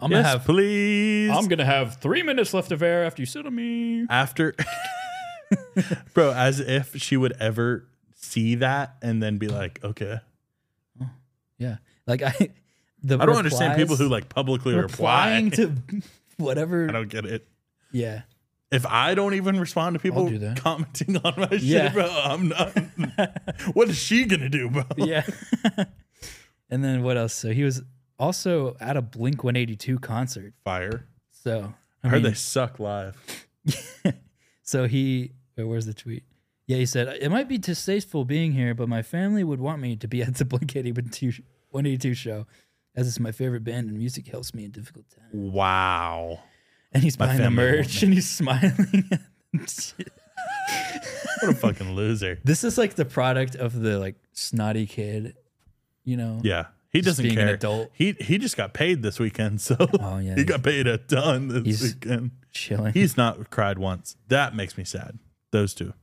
D: gonna
E: yes,
D: have.
E: please.
D: gonna have three minutes left of air after you sit on me.
E: after bro as if she would ever see that and then be like okay
D: Yeah, like I, the
E: i don't understand people
D: replies-
E: who like publicly reply
D: replying to whatever.
E: i don't get it
D: yeah,
E: if i don't even respond to people
D: do that.
E: commenting on my
D: Yeah.
E: shit bro i'm not what is she gonna do bro
D: yeah. and then what else? So he was also at a Blink 182 concert.
E: fire
D: So
E: i, heard
D: mean,
E: they suck live
D: So he, wait, where's the tweet? Yeah, he said it might be distasteful being here, but my family would want me to be at the Blink 182 182 show, as it's my favorite band and music helps me in difficult times.
E: wow
D: And he's
E: My
D: buying the
E: family would
D: merch and he's smiling.
E: what a fucking loser
D: this is like the product of the like snotty kid, you know?
E: yeah he
D: Just
E: doesn't
D: being an
E: care
D: adult.
E: he he just got paid this weekend so
D: Oh yeah,
E: he got paid a ton this
D: He's-
E: weekend
D: chilling.
E: He's not cried once. That makes me sad. Those two.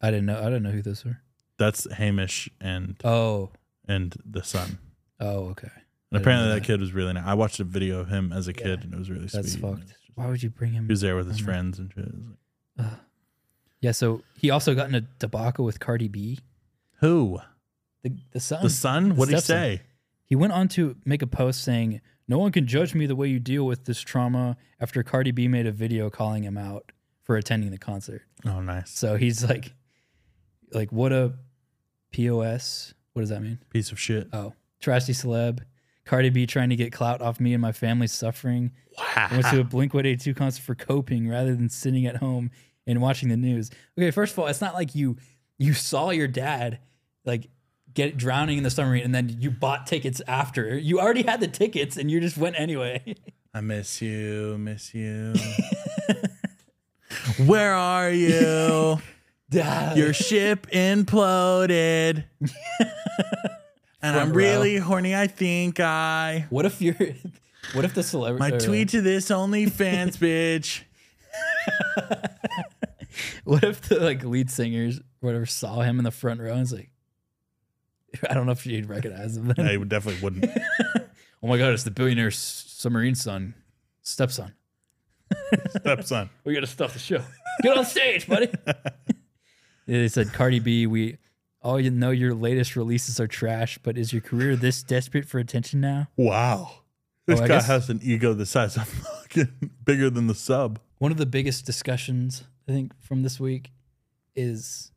D: I didn't know. I don't know who those were.
E: That's Hamish and
D: Oh,
E: and the son.
D: oh, okay.
E: And
D: I didn't
E: apparently
D: know
E: that kid was really nice. I watched a video of him as a kid and it was really
D: That's
E: sweet. And
D: fucked.
E: it's just-
D: Why would you bring him?
E: He was there with his
D: Mhm.
E: friends and shit. It was like,
D: Yeah, so he also got in a debacle with Cardi B,
E: Who?
D: the Oh, the son.
E: The son? What did he
D: stepson.
E: say?
D: He went on to make a post saying, "No one can judge me the way you deal with this trauma." After Cardi B made a video calling him out for attending the concert,
E: Oh, nice.
D: so he's like, "Like what a pos? What does that mean?
E: Piece of shit.
D: Oh, trashy celeb." Cardi B trying to get clout off me and my family's suffering. I went to a Blink 182 concert for coping rather than sitting at home and watching the news. Okay, first of all, it's not like you you saw your dad like get drowning in the submarine and then you bought tickets after. You already had the tickets and you just went anyway.
E: I miss you. Miss you. Where are you?
D: Dad.
E: Your ship imploded. and I'm
D: row.
E: really horny. I think I.
D: what if you're what if the celebrity
E: My tweet to this OnlyFans bitch.
D: What if the like lead singers whatever saw him in the front row and was like I don't know if you'd recognize him. Then.
E: I definitely wouldn't.
D: Oh my god, it's the billionaire submarine son, stepson.
E: Stepson.
D: We gotta stop the show. Get on stage, buddy. they said, Cardi B, we all you know your latest releases are trash, but is your career this desperate for attention now?
E: Wow. This
D: Oh, I
E: guy
D: guess-
E: has an ego the size of fucking bigger than the sub.
D: One of the biggest discussions, I think, from this week is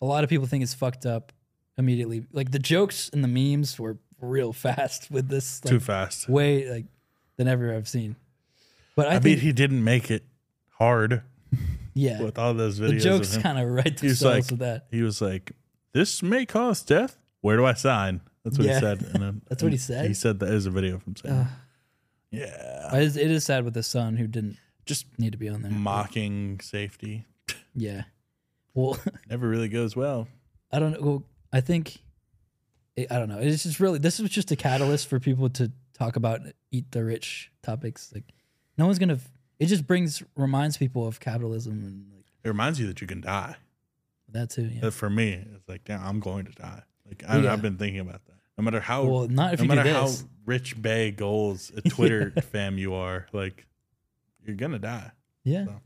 D: a lot of people think it's fucked up immediately. Like the jokes and the memes were real fast with this like,
E: Too fast.
D: way like than ever I've seen. But I,
E: I, mean,
D: think
E: he didn't make it hard
D: yeah,
E: with all those videos.
D: the jokes
E: of him.
D: kind of right
E: He was
D: themselves
E: like-
D: with that.
E: He was like, "This may cause death. Where do I sign?" That's what
D: Yeah.
E: he said. And then-
D: That's what he
E: and
D: said? Uh,
E: He said that is a video of him saying,
D: Ugh.
E: "Yeah,
D: It is- it is sad with the son who didn't
E: just
D: need to be on there.
E: mocking safety
D: Yeah. Well,
E: never really goes well."
D: I don't know. Well, I think I I don't know. It's just really this was just a catalyst for people to talk about eat the rich topics. Like no one's gonna. It just brings reminds people of capitalism and like
E: It reminds you that you can die.
D: that too. Yeah.
E: But for me, it's like, damn, I'm going to die. Like I,
D: Yeah.
E: I've been thinking about that. No matter how,
D: Well, not if
E: no
D: you do
E: matter how
D: this.
E: rich Bay goals a Twitter fam you are, like you're gonna die.
D: yeah.
E: so.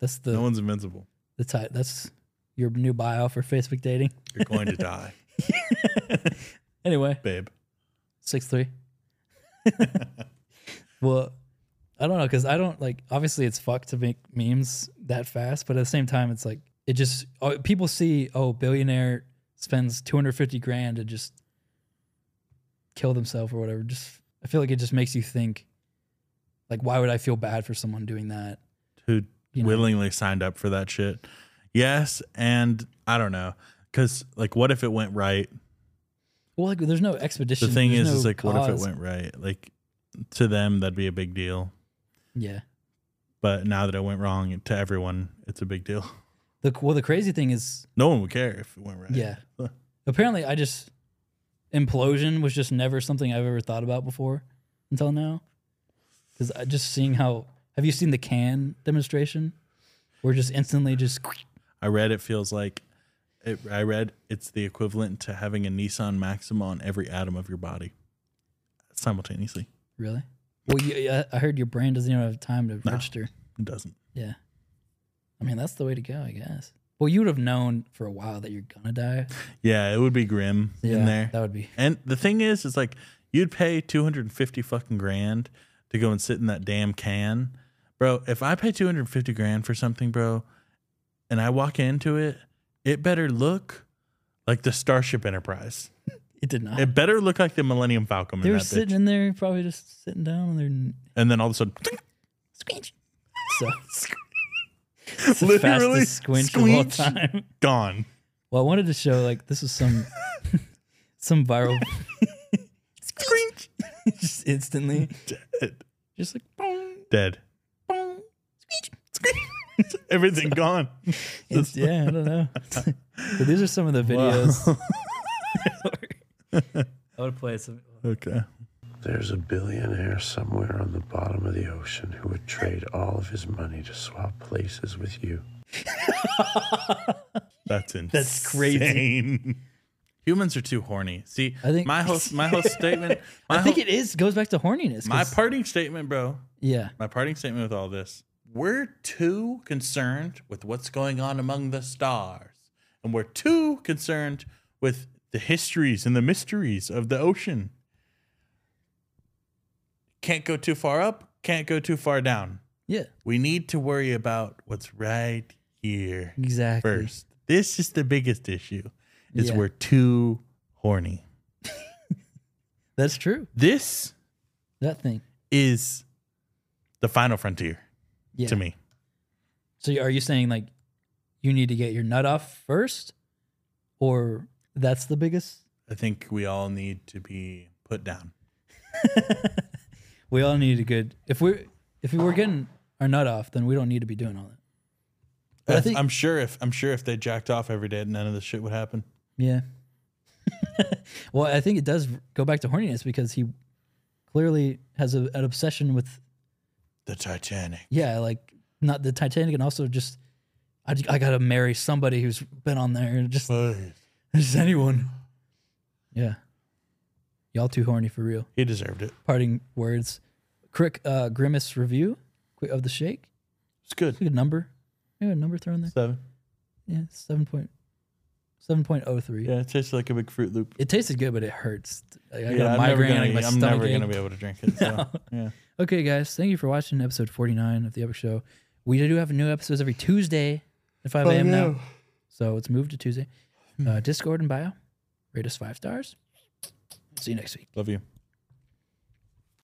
D: That's the
E: no one's invincible.
D: the type. That's your new bio for Facebook dating.
E: You're going to die,
D: Anyway,
E: babe.
D: six three. well, I don't know because I don't like. Obviously, it's fucked to make memes that fast, but at the same time, it's like it just oh, people see oh billionaire spends two hundred fifty grand to just kill themselves or whatever. Just I feel like it just makes you think, like why would I feel bad for someone doing that?
E: Who
D: You know.
E: willingly signed up for that shit? Yes, and I don't know, because like, what if it went right?
D: Well, like there's no
E: The
D: expedition.
E: thing
D: there's
E: is, is
D: no
E: like, what if it
D: cause.
E: went right? Like to them, that'd be a big deal.
D: Yeah.
E: But now that it went wrong to everyone, it's a big deal.
D: The well, the crazy thing is,
E: No one would care if it went right.
D: yeah. Apparently, I just implosion was just never something I've ever thought about before until now. Because I just seeing how have you seen the can demonstration? Where just instantly just
E: I read it feels like it, I read it's the equivalent to having a Nissan Maxima on every atom of your body simultaneously.
D: really. Well, you, yeah, I heard your brain doesn't even have time to register.
E: It doesn't.
D: Yeah. I mean, that's the way to go, I guess. Well, you would have known for a while that you're gonna die.
E: Yeah, it would be grim in there.
D: That would be
E: And the thing is, it's like you'd pay 250 fucking grand to go and sit in that damn can. Bro, if I pay 250 grand for something, bro, and I walk into it, it better look like the Starship Enterprise.
D: it did not.
E: It better look like the Millennium Falcon.
D: they
E: in
D: were
E: that
D: sitting
E: bitch.
D: in there, probably just sitting down on their n-
E: And then all of a sudden,
F: Squinch.
D: so It's the
E: Literally
D: fastest squinch of all
E: squinch.
D: time.
E: gone.
D: Well, I wanted to show like this was some some viral
E: Screech.
D: just instantly.
E: Dead.
D: Just like boom,
E: eh, Dead.
D: boom.
E: Everything gone.
D: It's, yeah, I don't know. but these are some of the videos. I would play some
E: Okay.
G: There's a billionaire somewhere on the bottom of the ocean who would trade all of his money to swap places with you.
E: That's insane.
D: That's crazy.
E: Humans are too horny. See,
D: I think-
E: my whole my whole statement. My
D: I think
E: whole-
D: it is goes back to horniness.
E: my
D: 'cause-
E: parting statement, bro.
D: yeah.
E: My parting statement with all this. We're too concerned with what's going on among the stars, and we're too concerned with the histories and the mysteries of the ocean. Can't go too far up. Can't go too far down.
D: Yeah.
E: We need to worry about what's right here
D: Exactly.
E: first. This is the biggest issue. Is
D: Yeah.
E: we're too horny.
D: That's true.
E: This
D: That thing.
E: is the final frontier
D: Yeah.
E: to me.
D: So are you saying like you need to get your nut off first, or that's the biggest?
E: I think we all need to be put down.
D: We all need a good. If we if we were getting our nut off, then we don't need to be doing all that. But I
E: I
D: think-
E: am sure if I'm sure if they jacked off every day, none of this shit would happen.
D: Yeah. well, I think it does go back to horniness because he clearly has a, an obsession with
E: The Titanic.
D: yeah, like not the Titanic, and also just I, I gotta marry somebody who's been on there, and just just anyone. Yeah. Y'all too horny for real.
E: He deserved it.
D: parting words. Quick uh, grimace review quick of the shake.
E: It's good.
D: It's a good number. Yeah, a number thrown there.
E: Seven.
D: Yeah, seven point seven point oh three.
E: Yeah, it tastes like a big Fruit Loop.
D: It tasted good, but it hurts. Like, I
E: Yeah,
D: got a
E: I'm never
D: migraine.
E: gonna,
D: like, my
E: I'm
D: stomach
E: never gonna
D: ache.
E: be able to drink it. So. Yeah.
D: Okay, guys, thank you for watching episode forty nine of the Epic Show. We do have new episodes every Tuesday at five a.m. now, so it's moved to Tuesday. Uh, Discord and bio, rate us five stars. See you next week.
E: Love you.